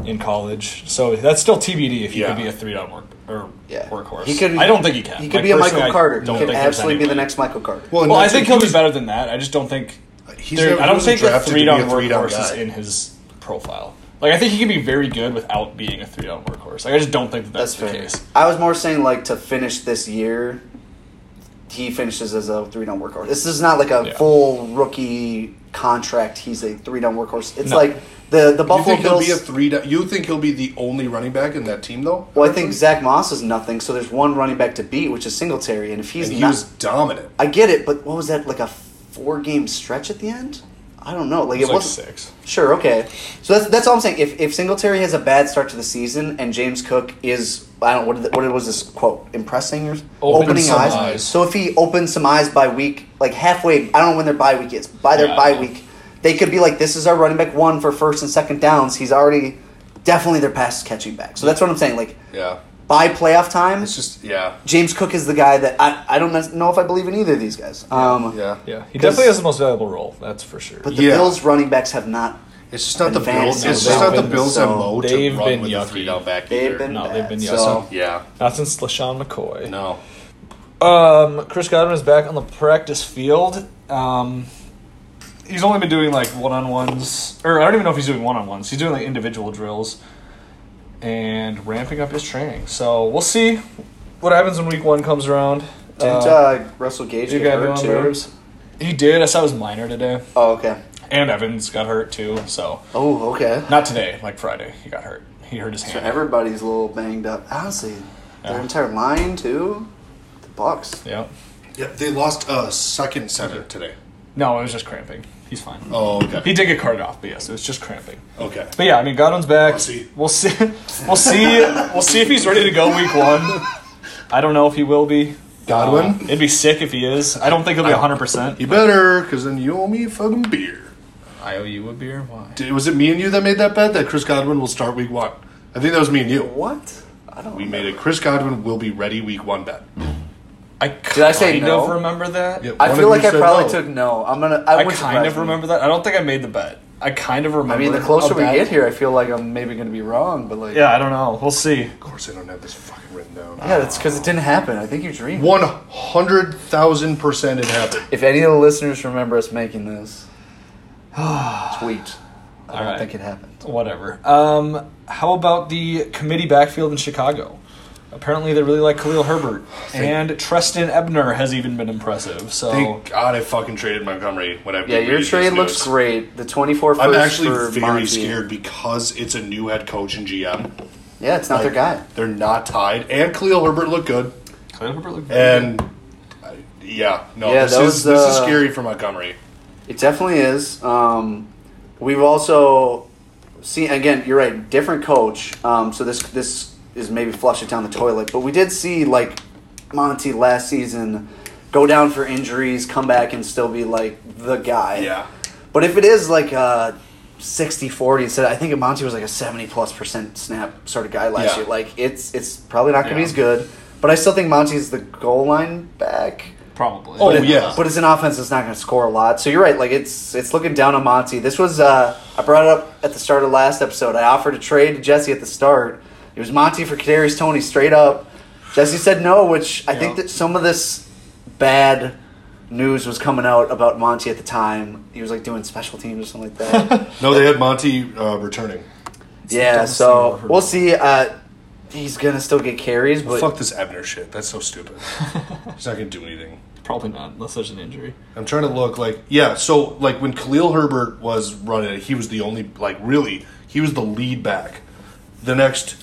A: in college, so that's still TBD. If he
B: Yeah.
A: could be a three down work or
C: Yeah.
A: workhorse,
C: He could be-
A: I don't think he can.
C: He could
A: Like,
C: be a
A: personally,
C: Michael
A: I don't
C: Carter. He could
A: think there's
C: absolutely be the
A: anybody.
C: next Michael Carter.
B: and
A: Well, I
B: that's
A: think
B: what
A: he'll be
B: was-
A: better than that. I just don't think.
B: He's
A: there-
B: never-
A: I
B: he
A: don't
B: wasn't
A: think the
B: drafted to
A: three
B: be a
A: down
B: three-down
A: workhorse is
B: guy.
A: in his profile. Like I think he can be very good without being a three down workhorse. Like I just don't think that that's,
C: That's
A: the
C: fair.
A: case.
C: I was more saying like to finish this year, he finishes as a three down workhorse. This is not like a
A: Yeah.
C: full rookie contract. He's a three down workhorse. It's
A: No.
C: like the
B: You
C: the Buffalo
B: think he'll
C: Bills.
B: be a three? Down, you think he'll be the only running back in that team though?
C: well, I think Zach Moss is nothing. So there's one running back to beat, which is Singletary, and if he's
B: And he
C: not,
B: was dominant.
C: I get it. But what was that like a four game stretch at the end? I don't know. Like it
A: It's like
C: wasn't.
A: six.
C: Sure, okay. So that's that's all I'm saying. If if Singletary has a bad start to the season and James Cook is I don't know what did- what was this quote impressing or
A: Open
C: opening
A: some
C: eyes.
A: eyes.
C: So if he opens some eyes by week, like halfway, I don't know when their bye week is. By their
A: Yeah.
C: bye week, they could be like, this is our running back one for first and second downs. He's already definitely their pass catching back. So that's what I'm saying. Like
B: Yeah,
C: by playoff time,
B: it's just yeah,
C: James Cook is the guy that I I don't know if I believe in either of these guys. Um,
B: yeah,
A: Yeah, he
C: 'Cause-
A: definitely has the most valuable role. That's for sure.
C: But the
B: Yeah.
C: Bills running backs have not.
B: It's just not the
C: Advanced
B: Bills. It's
A: now.
B: just not the
A: They've
B: Bills'
C: been-
B: mo to
A: they've
B: run
A: been
B: with a
A: yucky.
B: three down back.
C: They've
B: either.
C: been
A: No,
C: bad.
A: they've been
C: so-
A: awesome.
B: Yeah,
A: Not since LaShawn McCoy.
B: no.
A: Um, Chris Godwin is back on the practice field. Um, he's only been doing like one on ones, or I don't even know if he's doing one on ones. He's doing like individual drills and ramping up his training. So we'll see what happens when week one comes around.
C: Didn't
A: Uh,
C: uh, Russell Gage
A: you
C: get
A: got
C: hurt
A: on
C: too?
A: nerves? He did. I saw his minor today,
C: Oh, okay.
A: and Evans got hurt too. So
C: Oh, okay.
A: not today, like Friday, he got hurt. He hurt his
C: So
A: hand.
C: everybody's a little banged up. Honestly, their
A: Yeah.
C: entire line too. The Bucks.
A: yeah.
B: Yeah, they lost a second center today.
A: No, it was just cramping. He's fine.
B: Oh,
A: He
B: okay.
A: did get carted off, but yes, it was just cramping.
B: Okay.
A: But yeah, I mean, Godwin's back.
B: We'll see.
A: We'll see. We'll see. we'll see if he's ready to go week one. I don't know if he will be.
B: Godwin?
A: Uh, it'd be sick if he is. I don't think he'll be hundred percent.
B: You better, because then you owe me a fucking beer.
A: I owe you a beer. Why?
B: Did, was it me and you that made that bet that Chris Godwin will start week one? I think that was me and you.
C: What? I don't.
B: We made a Chris Godwin will be ready week one bet.
A: I
C: Did I say
A: kind
C: no?
A: of remember that.
B: Yeah, one
C: I
B: of
C: feel
B: you
C: like I
B: said
C: probably
B: no.
C: took no. I'm gonna. I,
A: I
C: wouldn't
A: kind
C: surprise
A: of
C: me.
A: remember that. I don't think I made the bet. I kind of
C: I
A: remember.
C: mean, the closer
A: a
C: we
A: bet.
C: get here, I feel like I'm maybe gonna be wrong, but like.
A: Yeah, I don't know. We'll see.
B: Of course, I don't have this fucking written down.
C: Yeah, that's because it didn't happen. I think you dreamed.
B: One hundred thousand percent it happened.
C: If any of the listeners remember us making this, tweet. I don't
A: Alright.
C: think it happened.
A: Whatever. Um, how about the committee backfield in Chicago? Apparently, they really like Khalil Herbert, and Treston Ebner has even been impressive. So
B: Thank God I fucking traded Montgomery when I
C: Oh. Yeah, your trade looks great. The 24 first
B: I'm actually
C: for
B: very
C: Monty.
B: scared because it's a new head coach and GM.
C: Yeah, it's not their guy.
B: They're not tied, and Khalil Herbert looked good.
A: Khalil Herbert looked good.
B: And uh, yeah, no,
C: Yeah,
B: this
C: that
B: is
C: was,
B: this is
C: uh,
B: scary for Montgomery.
C: It definitely is. Um, we've also seen again. You're right, different coach. Um, so this this is maybe flush it down the toilet. But we did see like Monty last season go down for injuries, come back and still be like the guy.
B: Yeah.
C: But if it is like a 60-40 instead, I think Monty was like a seventy plus percent snap sort of guy last
B: Yeah.
C: year. Like it's it's probably not going to be
A: Yeah.
C: as good. But I still think Monty's the goal line back.
A: Probably.
B: Oh,
C: But it-
B: yeah.
C: but it's an offense that's not going to score a lot. So you're right. Like it's it's looking down on Monty. This was uh, I brought it up at the start of last episode. I offered a trade to Jesse at the start. It was Monty for Kadarius Tony straight up. Jesse said no, which I think
A: Yeah.
C: that some of this bad news was coming out about Monty at the time. He was like doing special teams or something like that.
B: No, they had Monty uh, returning.
A: dumbest
C: yeah,
A: thing I've
C: so
A: ever heard.
C: we'll see. Uh, he's gonna still get carries, but
B: Fuck this Ebner shit. That's so stupid. He's not going to do anything.
A: Probably not, unless there's an injury.
B: I'm trying to look like yeah. So like when Khalil Herbert was running, it, he was the only like really he was the lead back. The next,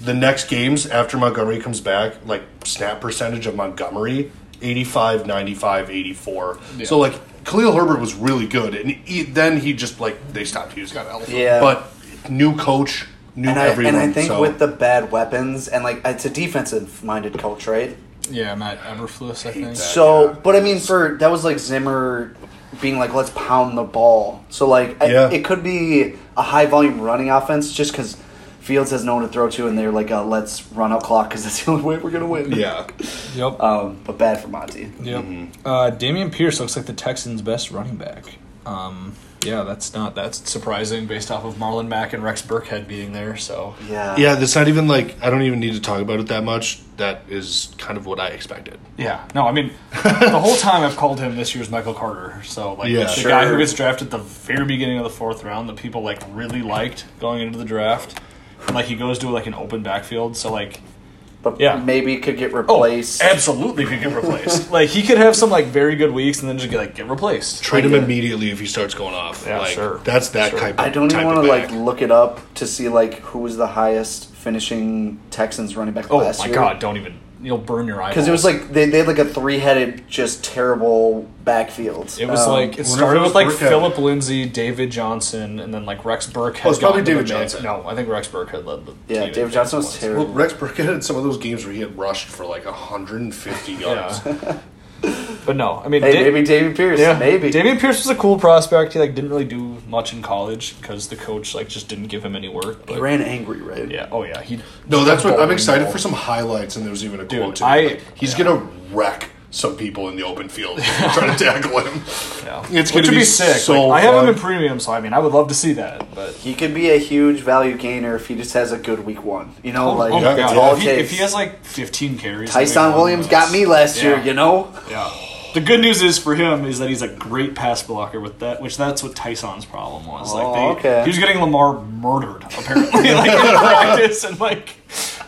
B: the next games after Montgomery comes back, like snap percentage of Montgomery 85, 95, 84. So like Khalil Herbert was really good, and he, then he just like they stopped. He was got alpha.
C: Yeah.
B: But new coach, new
C: and I,
B: everyone.
C: and I think
B: so.
C: with the bad weapons and like it's a defensive-minded coach, right?
A: Yeah, Matt Everfluss, I think.
B: that.
C: So,
B: yeah.
C: but I mean, for that was like Zimmer being like, let's pound the ball. So, like, I-
B: Yeah.
C: it could be a high volume running offense just because Fields has no one to throw to, and they're like, uh, let's run out clock because that's the only way we're gonna win.
B: yeah,
A: Yep.
C: Um, but bad for Monty.
A: Yep.
B: Mm-hmm.
A: Uh, Damian Pierce looks like the Texans' best running back. Um, yeah, that's not that's surprising based off of Marlon Mack and Rex Burkhead being there. So
C: Yeah.
B: yeah. That's not even like I don't even need to talk about it that much. That is kind of what I expected.
A: yeah, no, I mean the whole time I've called him this year's Michael Carter. So like
B: Yeah.
A: the
B: Sure.
A: guy who gets drafted the very beginning of the fourth round that people like really liked going into the draft. And, like he goes to like an open backfield. So like
C: But
A: Yeah.
C: maybe could get replaced.
A: absolutely could get replaced. like he could have some like very good weeks and then just get like get replaced.
B: Trade him
C: Yeah.
B: immediately if he starts going off.
A: Yeah,
B: like,
A: sure.
B: That's that
A: Sure.
B: type. Of,
C: I don't even
B: type
C: want
B: of
C: to like
B: back.
C: look it up to see like who was the highest finishing Texans running back
A: Oh
C: last
A: my
C: year.
A: god, don't even you'll burn your eyeballs.
C: Because it was like they, they had like a three headed, just terrible backfield.
A: It was
C: Um,
A: like
B: wonder
A: it
B: if
A: started
B: it was
A: with like
B: Burkhead.
A: Philip Lindsay, David Johnson, and then like Rex Burkhead.
B: Oh, it's probably
A: got into
B: David
A: the main-
B: Johnson.
A: No, I think Rex Burkhead led the
C: yeah,
A: team in
C: David Johnson was
A: points.
B: Well,
C: terrible.
B: Rex Burkhead had some of those games where he had rushed for like 150 yards.
A: Yeah. but no, I mean,
C: Hey,
A: Da-
C: maybe David Pierce.
A: yeah,
C: Maybe.
A: Damian Pierce was a cool prospect. He like didn't really do much in college because the coach like just didn't give him any work.
C: He
A: But
C: ran angry, right?
A: yeah, oh yeah, he
B: No, that's what I'm excited
A: Bowling
B: for. Some highlights, and there was even a quote. to
A: I-
B: it, like, he's gonna wreck some people in the open field trying to tackle him.
A: Yeah.
B: It's
A: Which
B: gonna
A: would
B: be
A: sick.
B: so
A: Like, I have him
B: fun.
A: in premium, so I mean, I would love to see that. But
C: He could be a huge value gainer if he just has a good week one. You know, like
A: oh my
B: yeah,
A: god,
C: that's all
A: if,
C: it
A: he, if
C: takes.
A: he has like 15 carries, in week
C: Tyson
A: one,
C: Williams
A: that's-
C: got me last
A: Yeah.
C: year, you know?
A: Yeah. The good news is for him is that he's a great pass blocker with that, which that's what Tyson's problem was.
C: Oh,
A: like they,
C: okay.
A: he was getting Lamar murdered apparently, like in practice and like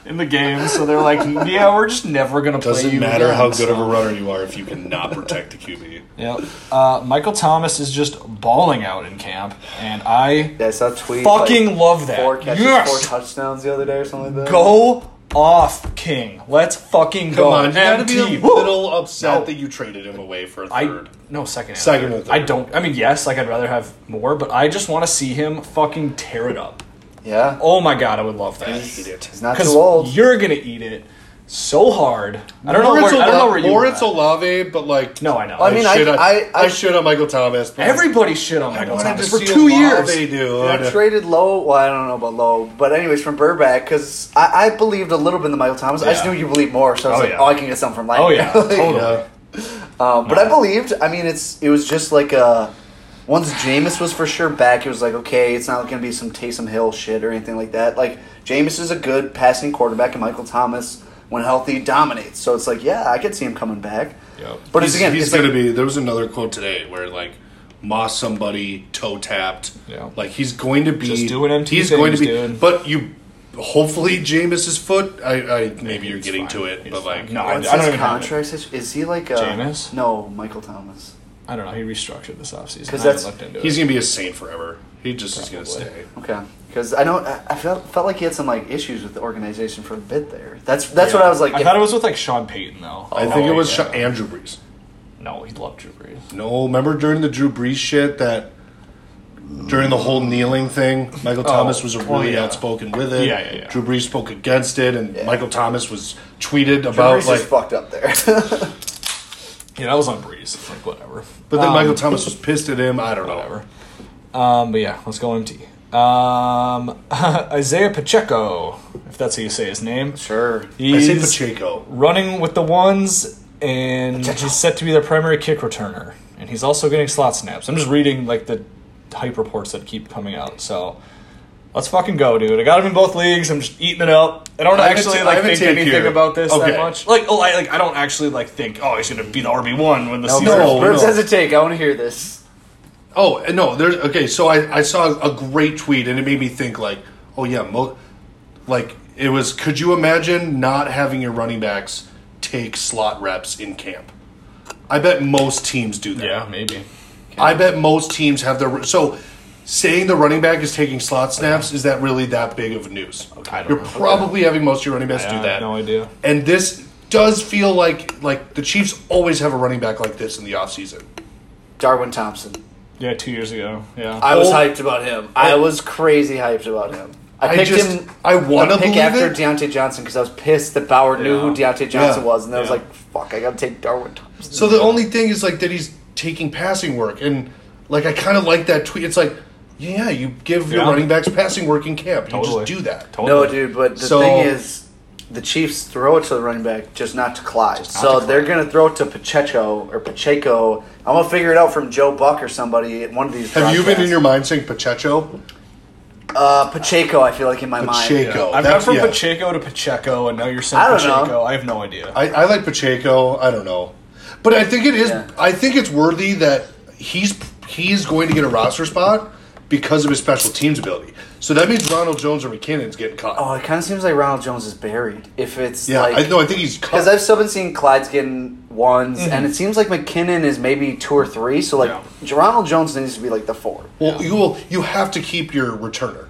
A: in the game. So they're like, yeah, we're just never gonna play
B: Doesn't
A: you.
B: matter
A: again,
B: how good of a
A: so-
B: runner you are if you cannot protect the QB.
A: Yep. Uh, Michael Thomas is just balling out in camp, and I
C: Yeah, I saw a tweet.
A: fucking
C: like,
A: love that.
C: Four catches,
A: yes.
C: four touchdowns the other day or something like that.
A: go off, King. Let's fucking
B: Come
A: go.
B: on, you gotta be a
A: MT. Woo.
B: little upset
A: No.
B: that you traded him away for a
A: I
B: third.
A: no second. and
B: Second
A: third.
B: or third.
A: I don't. I mean, yes, like I'd rather have more, but I just want to see him fucking tear it up.
C: Yeah.
A: Oh my god, I would love that.
B: hate it.
C: He's not too old.
A: Because you're gonna eat it so hard. I don't know
B: Moritz
A: where. I don't know
B: Ola-
A: where you. were
B: Moritz
A: at.
B: Olave, but like
A: No, I know.
C: I mean, I-
B: shit on-
C: I- I-
B: I shit on Michael Thomas. but-
A: everybody shit on Michael
B: wanted
A: Thomas
B: to
A: for
B: see
A: two
B: Olave,
A: years.
B: dude.
C: I traded low. Well, I don't know about low, but anyways, from Burback because I, I believed a little bit in the Michael Thomas. I just
A: Yeah.
C: knew you believed more, so I was
A: Oh,
C: like,
A: yeah.
C: oh, I can get something from Lightning.
A: Oh yeah,
C: Like,
A: totally.
B: Yeah.
C: Um, but I believed. I mean, it's it was just like a once Jameis was for sure back, it was like okay, it's not going to be some Taysom Hill shit or anything like that. Like Jameis is a good passing quarterback, and Michael Thomas, when healthy, dominates. So it's like yeah, I could see him coming back.
A: Yep.
C: But
B: he's,
C: it's again,
B: he's
C: it's
B: gonna
C: like,
B: be. There was another quote today where like moss somebody toe tapped.
A: Yeah.
B: Like he's going to be.
A: Just doing MT
B: He's going to
A: things,
B: be.
A: dude.
B: But you, hopefully, Jameis's foot. I, I maybe you're
A: It's
B: getting
A: fine.
B: to it,
A: It's
B: but
A: fine.
B: like
A: No, I-
C: What's
A: I don't
C: his
A: even have it.
C: contract situation? Is he like a
A: Jameis?
C: No, Michael Thomas.
A: I don't know. He restructured this offseason. I
C: Because
A: haven't
C: that's-
A: looked into
B: he's
A: it.
B: gonna be a saint forever. He just is gonna
A: Probably.
B: stay.
C: Okay, because I know I I felt felt like he had some like issues with the organization for a bit there. That's that's what I was like.
A: I thought it was with like Sean Payton though.
B: I think it was
A: Oh, yeah.
B: Sha- Andrew Brees.
A: No, he loved Drew Brees.
B: No, remember during the Drew Brees shit that during the whole kneeling thing, Michael Thomas was
A: well,
B: really
A: Oh, yeah.
B: outspoken with it.
A: Yeah, yeah, yeah.
B: Drew Brees spoke against it, and
C: Yeah.
B: Michael Thomas was tweeted
C: Drew
B: about
C: Brees
B: like.
C: is fucked up there.
A: Yeah, that was on Brees. Like whatever.
B: But then
A: Um,
B: Michael Thomas was pissed at him. I don't know.
A: whatever. Um, but yeah, let's go MT. Um, Isaiah Pacheco, if that's how you say his name.
C: sure.
B: I say
A: He's
B: Pacheco.
A: running with the ones, and he's set to be their primary kick returner. And he's also getting slot snaps. I'm just reading like the hype reports that keep coming out. So Let's fucking go, dude. I got him in both leagues. I'm just eating it up. I don't
B: I haven't
A: actually
B: ta- I
A: like
B: haven't
A: think
B: taken
A: anything
B: your-
A: about this
B: Okay.
A: that much. Like, oh, I like I don't actually like think. Oh, he's gonna be the RB one when the
C: No,
A: season.
B: no.
C: Burps has a take. I want to hear this.
B: Oh and no, there's okay. So I, I saw a great tweet and it made me think like, oh yeah, mo- like it was. Could you imagine not having your running backs take slot reps in camp? I bet most teams do that.
A: Yeah, maybe.
B: I bet most teams have their so. Saying the running back is taking slot snaps is that really that big of news?
A: Oh, I don't
B: You're
A: know.
B: probably having most of your running backs
A: I
B: do
A: have
B: that.
A: no idea.
B: And this does feel like like the Chiefs always have a running back like this in the offseason.
C: Darwin Thompson.
A: Yeah, two years ago. Yeah.
C: I was
B: Old-
C: hyped about him. I was crazy hyped about him. I
B: I
C: picked
B: just
C: him.
B: I want to
C: pick
B: believe
C: after
B: it.
C: Deontay Johnson because I was pissed that Bauer knew
A: Yeah.
C: who Deontay Johnson
B: Yeah.
C: was, and then I
A: Yeah.
C: was like, "Fuck, I gotta take Darwin Thompson."
B: So the only thing is like that he's taking passing work, and like I kind of like that tweet. It's like, yeah, you give your
A: Yeah.
B: running backs passing work in camp. You
A: Totally.
B: just do that.
C: No, dude, but the
B: So-
C: thing is, the Chiefs throw it to the running back, just not to Clyde. so
A: to Clyde.
C: they're gonna throw it to Pacheco or Pacheco. I'm gonna figure it out from Joe Buck or somebody. at One of these.
B: Have you been in
C: broadcasts.
B: your mind saying Pacheco?
C: uh, Pacheco? I feel like in my mind.
B: Pacheco.
A: I've gone
B: That's-
A: from
B: yeah.
A: Pacheco to Pacheco, and now you're saying
C: I don't
A: Pacheco.
C: know.
A: I have no idea.
B: I, I like Pacheco. I don't know, but I think it is.
C: Yeah.
B: I think it's worthy that he's he's going to get a roster spot because of his special teams ability. So that means Ronald Jones or McKinnon's getting caught.
C: Oh, it kind of seems like Ronald Jones is buried. If it's
B: yeah,
C: like
B: I know. I think he's
C: Because
B: caught.
C: I've still been seeing Clyde's getting ones,
B: Mm-hmm.
C: and it seems like McKinnon is maybe two or three. So like,
A: Yeah.
C: Geronald Jones needs to be like the four.
B: well, you will. You have to keep your returner.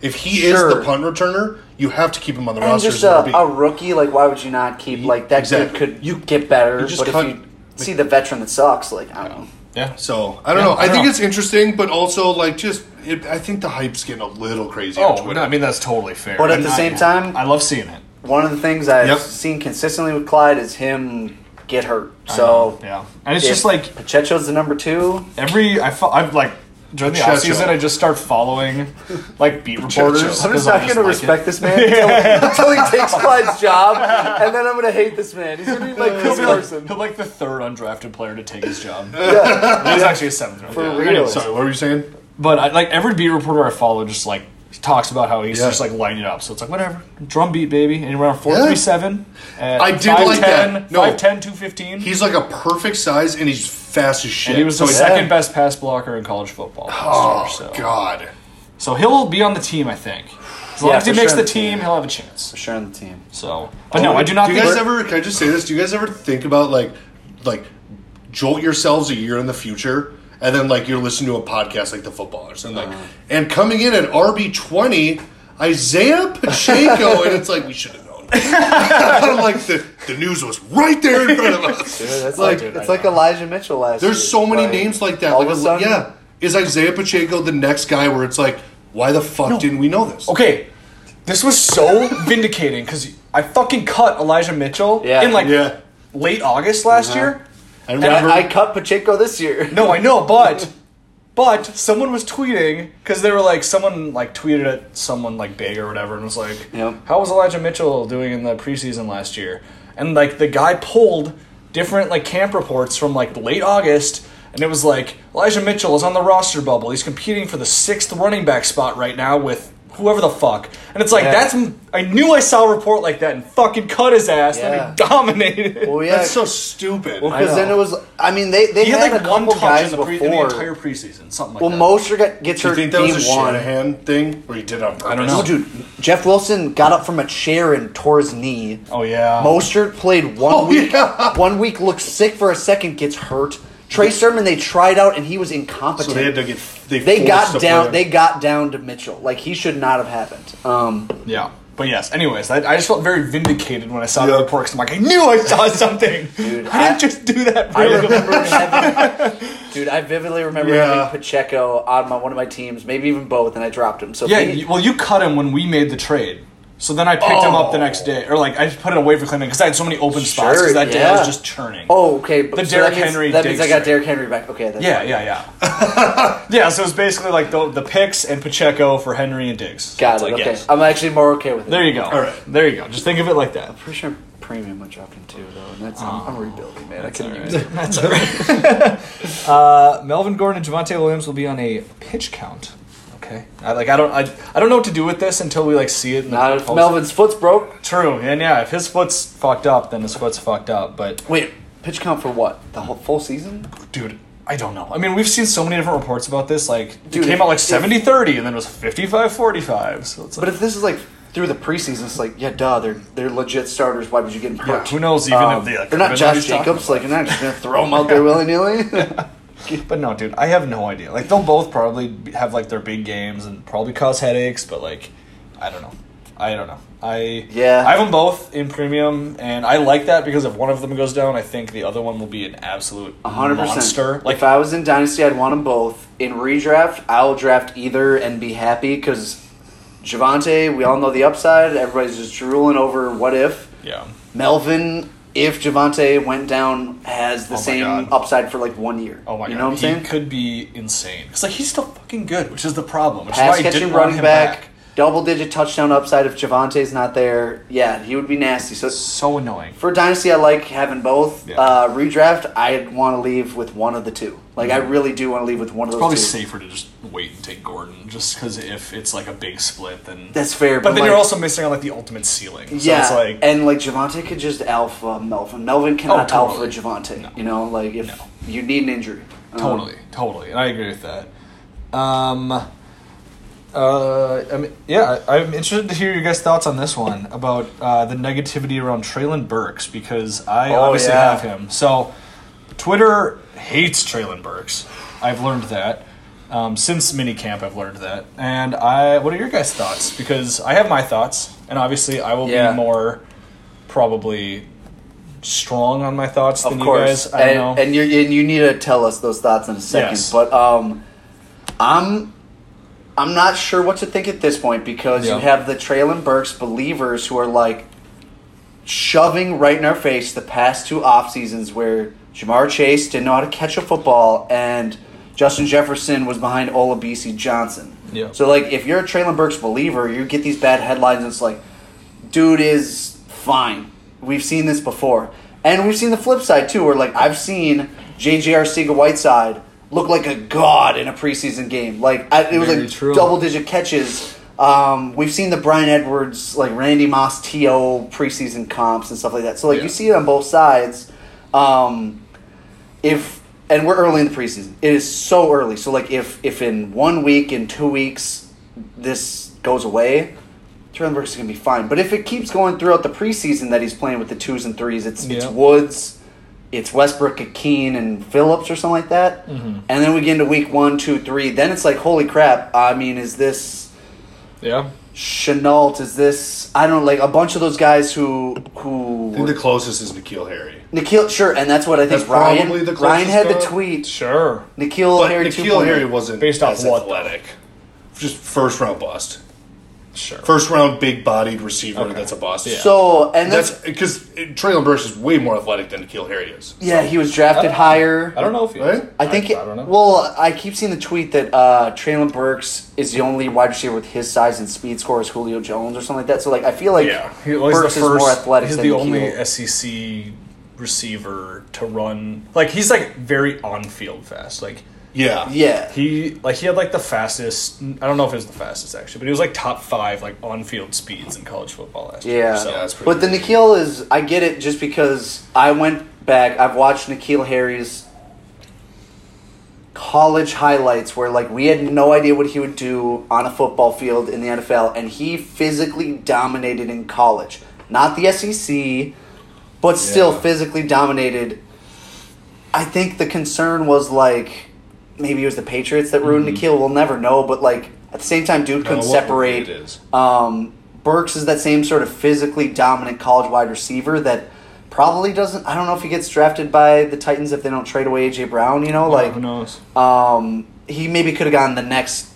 B: If he is
C: Sure.
B: the punt returner, you have to keep him on the
C: And
B: roster.
C: just
B: as an
C: a,
B: RB.
C: a rookie, like why would you not keep like that
B: exactly.
C: kid could
B: You-
C: you get better?
B: you just
C: but
B: cut-
C: if you see the veteran that sucks, like I don't know.
A: yeah.
B: So I don't
A: Yeah,
B: know. I,
A: I don't
B: think
A: know.
B: it's interesting, but also like just it, I think the hype's getting a little crazy. on
A: Oh,
B: Twitter.
A: no, I mean that's totally fair.
C: But at
A: And
C: the
A: I-
C: same time-
A: I love seeing it.
C: One of the things I've
B: Yep.
C: seen consistently with Clyde is him get hurt.
A: I
C: So
A: know, yeah, and it's
C: if
A: just like
C: Pacheco's the number two.
A: every I fo- I've like during the
B: Pacheco.
A: off season I just start following like beat reporters.
B: I'm
C: I'm
A: 'cause
C: just
A: I
C: not going to
A: like
C: respect
A: it.
C: this man until, until he takes Clyde's job, and then I'm going to hate this man. He's going to be like
A: He'll
C: this
A: be, like,
C: person.
A: he'll be like the third undrafted player to take his job. He's
C: Yeah.
A: actually a seventh round.
C: For
A: Yeah.
C: real.
B: Anyway, sorry, what were you saying?
A: But I, like every beat reporter I follow just like talks about how he's
B: Yeah.
A: just like lighting it up. So it's like whatever, drum beat baby, and around four
B: Yeah.
A: three seven.
B: I did like that. No.
A: 5'10", 215.
B: He's like a perfect size and he's fast as shit.
A: and he was the
B: So-
A: second best pass blocker in college football.
B: Oh
A: last year, so.
B: God!
A: So he'll be on the team, I think. As long
C: Yeah,
A: as he
C: for
A: makes
C: sure.
A: the team, he'll have a chance.
C: Sure on the team.
A: So, but no, I do not
B: Oh, Do you
A: think.
B: guys ever? Can I just say this? Do you guys ever think about like, like, jolt yourselves a year in the future, and then like you're listening to a podcast like the Footballers, and like, and coming in at RB twenty, Isaiah Pacheco, and it's like we should have known. like the the news was right there in front of us. like-
C: It's like,
A: dude,
C: it's
A: I
C: like Elijah Mitchell last year.
B: There's so many
C: Like,
B: names like that.
C: all
B: Like,
C: of a sudden-
B: yeah, is Isaiah Pacheco the next guy where it's like, why the fuck didn't we know this?
A: Okay, this was so vindicating because I fucking cut Elijah Mitchell
C: Yeah.
A: in like
B: Yeah. Uh-huh.
A: late August last year.
B: I
A: I-
B: remember.
C: I cut Pacheco this year.
A: No, I know, but but someone was tweeting because they were like someone like tweeted at someone like big or whatever and was like,
C: Yep.
A: "How was Elijah Mitchell doing in the preseason last year?" And like the guy pulled different like camp reports from like late August. And it was like Elijah Mitchell is on the roster bubble. He's competing for the sixth running back spot right now with whoever the fuck. And it's like
C: Yeah.
A: that's I knew I saw a report like that and fucking cut his ass.
C: Yeah.
A: And he dominated.
C: Well, yeah,
B: That's so stupid.
A: I
C: because then
A: know.
C: it was. I mean, they they
A: he
C: had,
A: had like
C: a
A: one
C: couple
A: touch
C: guys
A: in, the pre- in the
C: before.
A: entire preseason, something like
C: well,
A: that.
C: Mosher got, gets
B: Do you
C: hurt.
B: think that was a
C: game one.
B: Shanahan thing where he did it on purpose?
A: don't
C: No,
A: know.
C: dude. Jeff Wilson got up from a chair and tore his knee.
A: Oh yeah.
C: Mostert played one
B: Oh,
C: week.
B: yeah.
C: One week looks sick for a second, gets hurt. Trey Sermon they tried out and he was
B: So
C: incompetent.
B: they had to get. They,
C: They
B: forced
C: got
B: to
C: down.
B: play
C: They
B: him.
C: got down to Mitchell. Like he should not have happened. Um,
A: yeah. But yes. Anyways, I, I just felt very vindicated when I saw
B: Yeah.
A: the report. i I'm like, I knew I saw something.
C: Dude,
A: I didn't
C: I-
A: just do that.
C: I
A: really.
C: remember having, dude. I vividly remember
B: Yeah.
C: having Pacheco on my, one of my teams, maybe even both, and I dropped him. So
A: yeah.
C: maybe-
A: You, well, you cut him when we made the trade. So then I picked him up the next day, or like I just put it away for Clinton because I had so many open spots.
C: Oh. Sure,
A: Because that day I
C: yeah.
A: was just churning.
C: oh, okay. But
A: The
C: so that
A: Derrick
C: means-
A: Henry
C: That means
A: dig
C: I got
A: straight.
C: Derrick Henry back. Okay. That's
A: Yeah, yeah, yeah. yeah. So it's basically like the, the picks and Pacheco for Henry and Diggs. So
C: Got
A: it's
C: it.
A: like,
C: okay.
A: yes.
C: I'm actually more okay with it.
A: There you go. All
B: right.
A: There you go. Just think of it like that.
C: Pretty sure premium went up in two though, and that's I'm, I'm rebuilding, man. I couldn't use it.
A: That's all right. uh, Melvin Gordon and Javante Williams will be on a pitch count. Okay. okay. I like I don't I, I don't know what to do with this until we like see it. In the
C: Not if
A: post-
C: Melvin's foot's broke.
A: True, and yeah, if his foot's fucked up, then his foot's fucked up. But
C: Wait, pitch count for what? The whole full season?
A: dude, I don't know. I mean, we've seen so many different reports about this. Like
C: Dude,
A: it came
C: if-
A: out like
C: if-
A: 70-30 and then it was 55-45. So it's like,
C: But if this is like through the preseason, it's like, yeah, duh, they're they're legit starters. Why would you get them
A: Yeah,
C: hurt?
A: who knows even
C: Um,
A: if they, like, could've
C: they're not
A: been who
C: Josh
A: he's talking
C: Jacobs. Like, you're not just gonna throw them out there willy nilly.
A: But no, dude, I have no idea. Like, they'll both probably be- have like their big games and probably cause headaches. But like, I don't know. I don't know. I
C: Yeah.
A: I have them both in premium, and I like that because if one of them goes down, I think the other one will be an absolute
C: hundred percent.
A: monster. Like,
C: if I was in Dynasty, I'd want them both. In redraft, I'll draft either and be happy because Javante, we all know the upside. Everybody's just drooling over what if.
A: yeah,
C: Melvin, if Javante went down, has the
A: Oh my
C: same
A: God.
C: upside for like one year.
A: oh my
C: you
A: god,
C: know what I'm
A: he
C: saying?
A: could be insane. It's like he's still fucking good, which is the problem. Which
C: Pass
A: is why I
C: catching
A: didn't run
C: running
A: him
C: back,
A: back.
C: double digit touchdown upside if Javante's not there. Yeah, he would be nasty. So
A: So annoying.
C: for Dynasty, I like having both.
A: Yeah.
C: Uh, redraft, I'd want to leave with one of the two. Like, I really do want to leave with one of those
A: Probably
C: two.
A: safer to just wait and take Gordon, just because if it's like a big split, then
C: That's fair,
A: But,
C: but,
A: then you're
C: like-
A: also missing on like the ultimate ceiling. So
C: yeah,
A: it's like
C: and like Javante could just alpha Melvin. Melvin cannot
A: Oh, totally.
C: alpha Javante.
A: No.
C: You know, like if you need an injury, Um,
A: Totally, totally, and I agree with that. Um, uh, I mean, yeah, I, I'm interested to hear your guys' thoughts on this one about uh, the negativity around Traylon Burks because I
C: Oh,
A: obviously
C: yeah.
A: have him. So, Twitter hates Traylon Burks. I've learned that um, since minicamp. I've learned that, and I. What are your guys' thoughts? Because I have my thoughts, and obviously, I will
C: Yeah.
A: be more probably strong on my thoughts
C: of
A: than
C: course.
A: you guys. I
C: and,
A: don't know.
C: and you and you need to tell us those thoughts in a second.
A: Yes.
C: But um, I'm I'm not sure what to think at this point because
A: Yeah.
C: you have the Traylon Burks believers who are like shoving right in our face the past two off seasons where Jamar Chase didn't know how to catch a football and Justin Jefferson was behind Ola BC Johnson.
A: Yeah.
C: So like if you're a Traylon Burks believer, you get these bad headlines and it's like, dude is fine. We've seen this before. And we've seen the flip side too, where like I've seen JJ Arcega Whiteside look like a god in a preseason game. Like I, it was
A: Very
C: like
A: true.
C: double digit catches. Um, we've seen the Brian Edwards, like Randy Moss, T.O. preseason comps and stuff like that. So like
A: Yeah.
C: you see it on both sides. Um, if and we're early in the preseason. It is so early. So like if if in one week, in two weeks, this goes away, Traylon Burks is gonna be fine. But if it keeps going throughout the preseason that he's playing with the twos and threes, it's it's
A: Yeah.
C: Woods, it's Westbrook, Akeen, and Phillips or something like that.
B: Mm-hmm.
C: And then we get into week one, two, three. Then it's like holy crap. I mean, is this
A: yeah.
C: Chenault? Is this I don't know, like a bunch of those guys who who
B: I think the closest is Nikhil Harry.
C: Nikhil sure, and that's what I think
B: That's
C: Ryan
B: probably the
C: Ryan had the
B: closest guy.
C: tweet.
A: Sure.
C: Nikhil
B: But
C: Harry
B: Nikhil
C: 2.0.
B: Harry wasn't
A: Based off
B: as
A: what, though?
B: athletic. Just first round bust.
A: Sure.
B: First round big bodied receiver that's a bust.
A: Yeah.
C: So and that's,
B: That's because Traylon Burks is way more athletic than Nikhil Harry is.
C: yeah, he was drafted higher.
A: I don't know if he is.
B: Right?
C: I think.
A: I, don't know.
C: Well, I keep seeing the tweet that uh, Traylon Burks is the only wide receiver with his size and speed score is Julio Jones or something like that. So like I feel like
A: yeah, he, well, he's
C: Burks
A: the
C: is
A: first,
C: more athletic
A: He's
C: than
A: the
C: Nikhil.
A: only SEC receiver to run. Like he's like very on field fast. Like
B: Yeah.
C: yeah.
A: he like he had like the fastest. I don't know if it was the fastest actually, but he was like top five like on field speeds in college football last year.
C: Yeah.
A: so.
B: Yeah, that's pretty
C: but the
B: crazy.
C: Nikhil is, I get it just because I went back, I've watched Nikhil Harry's college highlights where, like, we had no idea what he would do on a football field in the NFL, and he physically dominated in college. Not the SEC, but still
B: Yeah.
C: physically dominated. I think the concern was, like, maybe it was the Patriots that ruined Nikhil. We'll never know, but, like, at the same time,
B: I
C: dude
B: don't
C: couldn't
B: know what grade
C: separate.
B: Mm-hmm. It is.
C: Um, Burks is that same sort of physically dominant college wide receiver that probably doesn't. I don't know if he gets drafted by the Titans if they don't trade away AJ Brown. You know,
A: who knows?
C: like um, he maybe could have gotten the next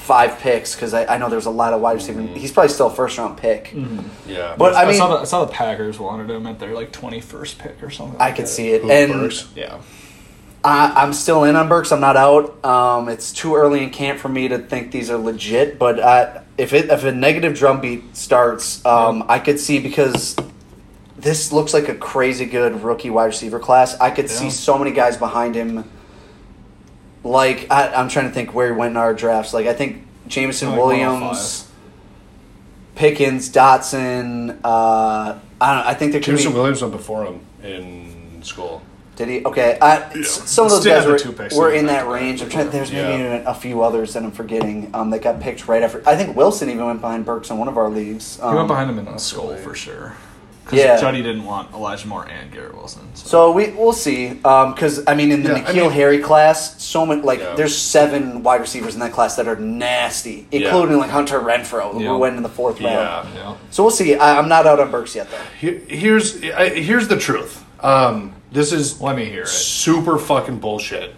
C: five picks because I, I know there's a lot of wide receiver.
B: Mm-hmm.
C: He's probably still a first round pick,
B: Yeah.
C: but I
A: saw the,
C: mean,
A: I saw the Packers wanted him at their like twenty first pick or something.
C: I
A: like
C: could
A: that.
C: see it,
B: Who,
C: and
B: Burks?
A: Yeah,
C: I, I'm still in on Burks. I'm not out. Um, it's too early in camp for me to think these are legit. But uh, if it if a negative drumbeat starts, um, I could see because this looks like a crazy good rookie wide receiver class. I could see
A: Yeah.
C: so many guys behind him. Like I, I'm trying to think where he went in our drafts. Like I think Jameson
A: Like oh
C: Williams, Pickens, Dotson. Uh, I don't. I think there could
B: Jameson
C: be.
B: Williams went before him in school.
C: Did he? Okay. I, s- Some of those
A: Still
C: guys
A: had the
C: were,
A: two picks
C: were
A: in
C: in
A: the
C: that
A: back-to-back.
C: range. I'm trying, there's
B: Yeah.
C: maybe even a few others that I'm forgetting um, that got picked right after. I think Wilson even went behind Burks in one of our leagues. Um,
A: He went behind him in the skull for sure. Because
C: Yeah.
A: Juddy didn't want Elijah Moore and Garrett Wilson. So.
C: So we we'll see because I mean in the
B: Yeah, I
C: Nikhil
B: mean-
C: Harry class, so many like
B: Yeah.
C: there's seven wide receivers in that class that are nasty,
B: Yeah.
C: including like Hunter Renfro
A: Yeah.
C: who went in the fourth round.
B: Yeah.
A: yeah.
C: So we'll see. I, I'm not out on Burks yet though.
B: Here- Here's I- here's the truth. Um, this is
A: Let me hear it.
B: super fucking bullshit.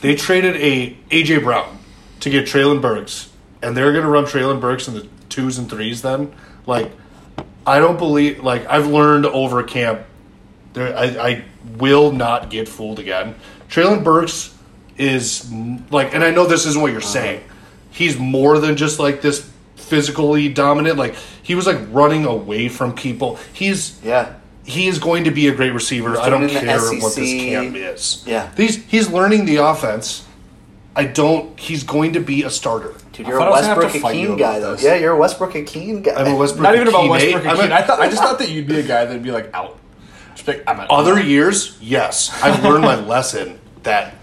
B: They traded a AJ Brown to get Traylon Burks, and they're gonna run Traylon Burks in the twos and threes. Then, like, I don't believe. Like, I've learned over camp, there I, I will not get fooled again. Traylon Burks is m- like, and I know this isn't what you're
A: Uh-huh.
B: saying. He's more than just like this physically dominant. Like, he was like running away from people. He's
C: Yeah,
B: he is going to be a great receiver. I
C: doing
B: don't
C: it in the
B: care what this
C: SEC.
B: camp is.
C: Yeah.
B: These he's learning the offense. I don't he's going to be a starter.
C: dude,
A: I
C: you're
A: thought I
C: a
A: was gonna have
C: Westbrook
A: to fight you
C: Akeem
A: about
C: guy though.
A: this.
C: Yeah, you're a Westbrook Akeem guy.
B: I'm a Westbrook.
A: Not even about
B: Akeem, eh?
A: Westbrook.
B: I'm a-
A: Akeem. I thought I just thought that you'd be a guy that'd be like out. Just be like, I'm out.
B: other years, yes. I've learned my lesson that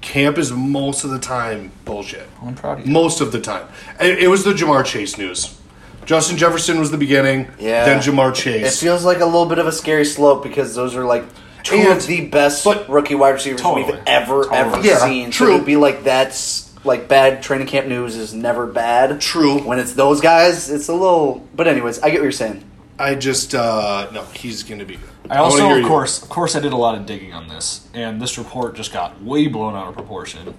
B: camp is most of the time bullshit.
A: I'm proud of you.
B: Most of the time. It, it was the Jamar Chase news. Justin Jefferson was the beginning.
C: Yeah.
B: Then Jamar
C: It
B: Chase.
C: feels like a little bit of a scary slope because those are like two
B: And-
C: of the best
B: but-
C: rookie wide receivers we've
A: Totally.
C: ever
A: Totally.
C: ever
B: Yeah,
C: seen.
B: true.
C: So it'd be like that's like bad training camp news is never bad.
B: True.
C: When it's those guys, it's a little. But anyways, I get what you're saying.
B: I just uh no, he's gonna be good.
A: I
B: wanna
A: also,
B: hear
A: of
B: you.
A: course, of course, I did a lot of digging on this, and this report just got way blown out of proportion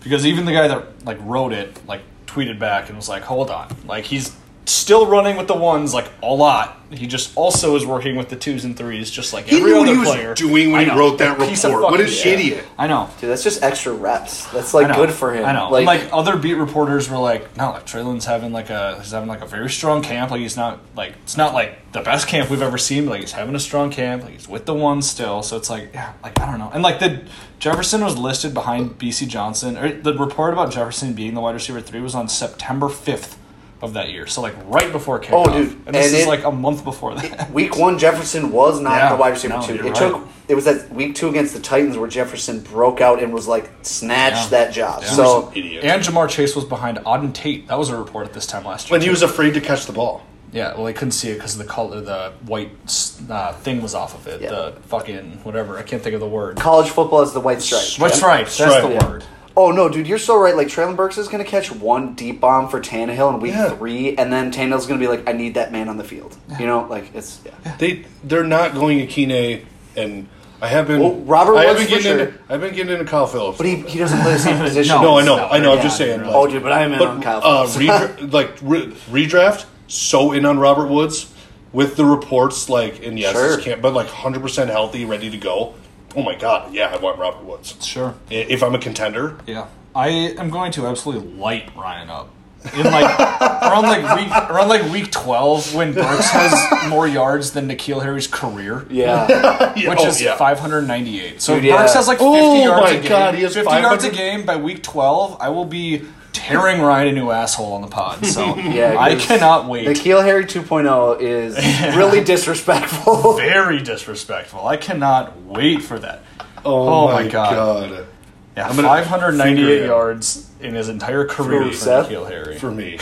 A: because even the guy that like wrote it like tweeted back and was like, "Hold on, like he's still running with the ones like a lot. He just also is working with the twos and threes, just like
B: He
A: every
B: knew
A: other
B: what he was
A: player."
B: doing when
A: I
B: he
A: know.
B: wrote that
A: Piece of
B: report. What
A: fucking
B: an
A: shit.
B: idiot.
A: I know.
C: Dude, that's just extra reps. That's
A: I
C: like
A: know.
C: good for him.
A: I know.
C: Like,
A: Like, like other beat reporters were like, "No, like Traylon's having like a he's having like a very strong camp. Like he's not like it's not like the best camp we've ever seen. But, like he's having a strong camp. Like he's with the one still. So it's like, yeah, like I don't know. And like the Jefferson was listed behind BC Johnson. Or the report about Jefferson being the wide receiver three was on September fifth of that year. So like right before kickoff.
C: Oh, dude.
A: And this
C: And
A: is
C: it-
A: like a month before that.
C: week one, Jefferson was not
A: Yeah,
C: the wide receiver
A: no,
C: two. It
A: you're right.
C: took. It was that week two against the Titans where Jefferson broke out and was like snatched
A: Yeah.
C: that job.
A: Yeah.
C: So
B: Idiot.
A: and Jamar Chase was behind Auden Tate. That was a report at this time last year.
B: But he was afraid to catch the ball.
A: Yeah, well, they couldn't see it because the color, the white uh, thing was off of it.
C: Yeah.
A: The fucking whatever. I can't think of the word.
C: college football is the white stripe.
A: White stripe. That's the
B: Stripe.
A: word.
C: Oh no, dude, you're so right. Like Traylon Burks is gonna catch one deep bomb for Tannehill in week
B: Yeah.
C: three, and then Tannehill's gonna be like, "I need that man on the field." You know, like it's. Yeah.
B: They they're not going Akine and I have been
C: Well, Robert
B: I have been
C: was for
B: getting
C: sure.
B: into, I've been getting into Kyle Phillips.
C: But he, he doesn't play the same position.
B: no, I know,
A: No,
B: I know. I'm
C: yeah.
B: just saying.
A: Oh,
C: Oh, dude, but I am in on Kyle.
B: uh,
C: Phillips.
B: redra- like re- redraft, so in on Robert Woods with the reports. Like, and yes,
C: Sure.
B: this can't, but like 100 percent healthy, ready to go. Oh my god, yeah, I want Robert Woods.
A: Sure.
B: I- If I'm a contender,
A: Yeah, I am going to absolutely light Ryan up in like around like week around like week twelve when Burks has more yards than Nikhil Harry's career.
C: yeah,
B: Yeah,
A: Which
B: oh,
A: is
B: yeah.
A: 598. So
C: Dude,
A: if Burks
C: yeah.
A: has like 50
B: Oh
A: yards
B: my
A: a game.
B: God, he has
A: 50 yards a
B: 500?
A: game by week 12. I will be tearing Ryan a new asshole on the pod. So
C: Yeah,
A: I
C: 'cause
A: cannot wait.
C: the Keel Harry 2.0 is really disrespectful.
A: very disrespectful. I cannot wait for that.
B: oh,
A: Oh my
B: my
A: God.
B: god.
A: Yeah,
B: gonna finger
A: 598
B: it.
A: yards in his entire career
C: Through
A: for
C: Seth?
A: Nikhil Harry.
B: for me,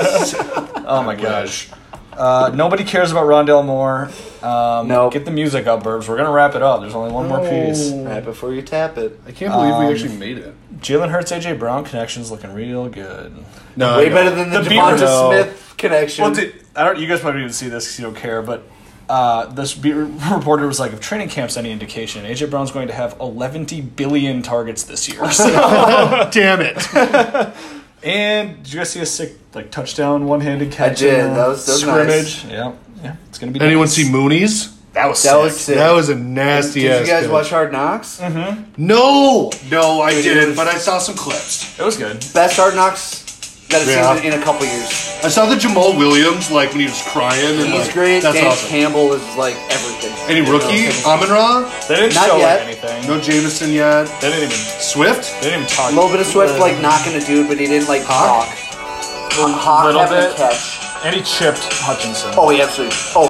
A: oh my gosh. Uh, nobody cares about Rondell Moore. Um,
C: No.
A: Get the music up, Burbs. We're going to wrap it up. There's only one more piece.
C: right before you tap it,
B: I can't believe
C: Um,
B: we actually made it.
A: Jalen Hurts, AJ Brown connection's looking real good.
B: No,
C: way
B: I know.
C: better than the,
A: The
C: Devonta
A: Beavers-
C: Smith connection.
A: Well, did, I don't. You guys probably didn't see this because you don't care, but uh, this beat re- reporter was like, "If training camp's any indication, AJ Brown's going to have 11 billion targets this year."
B: Damn it!
A: and did you guys see a sick like touchdown one-handed catch?
C: did.
A: in the
C: That was- that was
A: scrimmage. Yeah, yeah. It's gonna be.
B: Anyone
A: nice.
B: see Mooney's?
A: That was.
C: That
A: sick.
C: was sick.
B: That was a
C: Did
B: nasty.
C: you
B: ass
C: guys
B: catch.
C: watch Hard Knocks?
B: Mm-hmm. No, no, I
C: didn't,
B: didn't.
C: but
B: But I saw some clips.
A: It was good.
C: Best Hard Knocks that I've
B: Yeah.
C: seen in a couple years.
B: I saw the Jamal Williams like when he was crying. And,
C: He's
B: like,
C: great.
B: That's
C: Dan
B: awesome.
C: Campbell is like everything.
B: Any rookie? Amon Ra?
A: They didn't
C: Not
A: show
C: yet.
A: like, anything.
B: No Jameson yet.
A: They didn't even.
B: Swift?
A: They didn't even talk.
C: A little bit of Swift like knocking a dude, but he didn't like
B: Hawk?
C: talk. a
A: Hawk
C: little
A: having a
C: bit,
A: catch.
C: and he chipped Hutchinson.
A: Oh, he absolutely. Oh,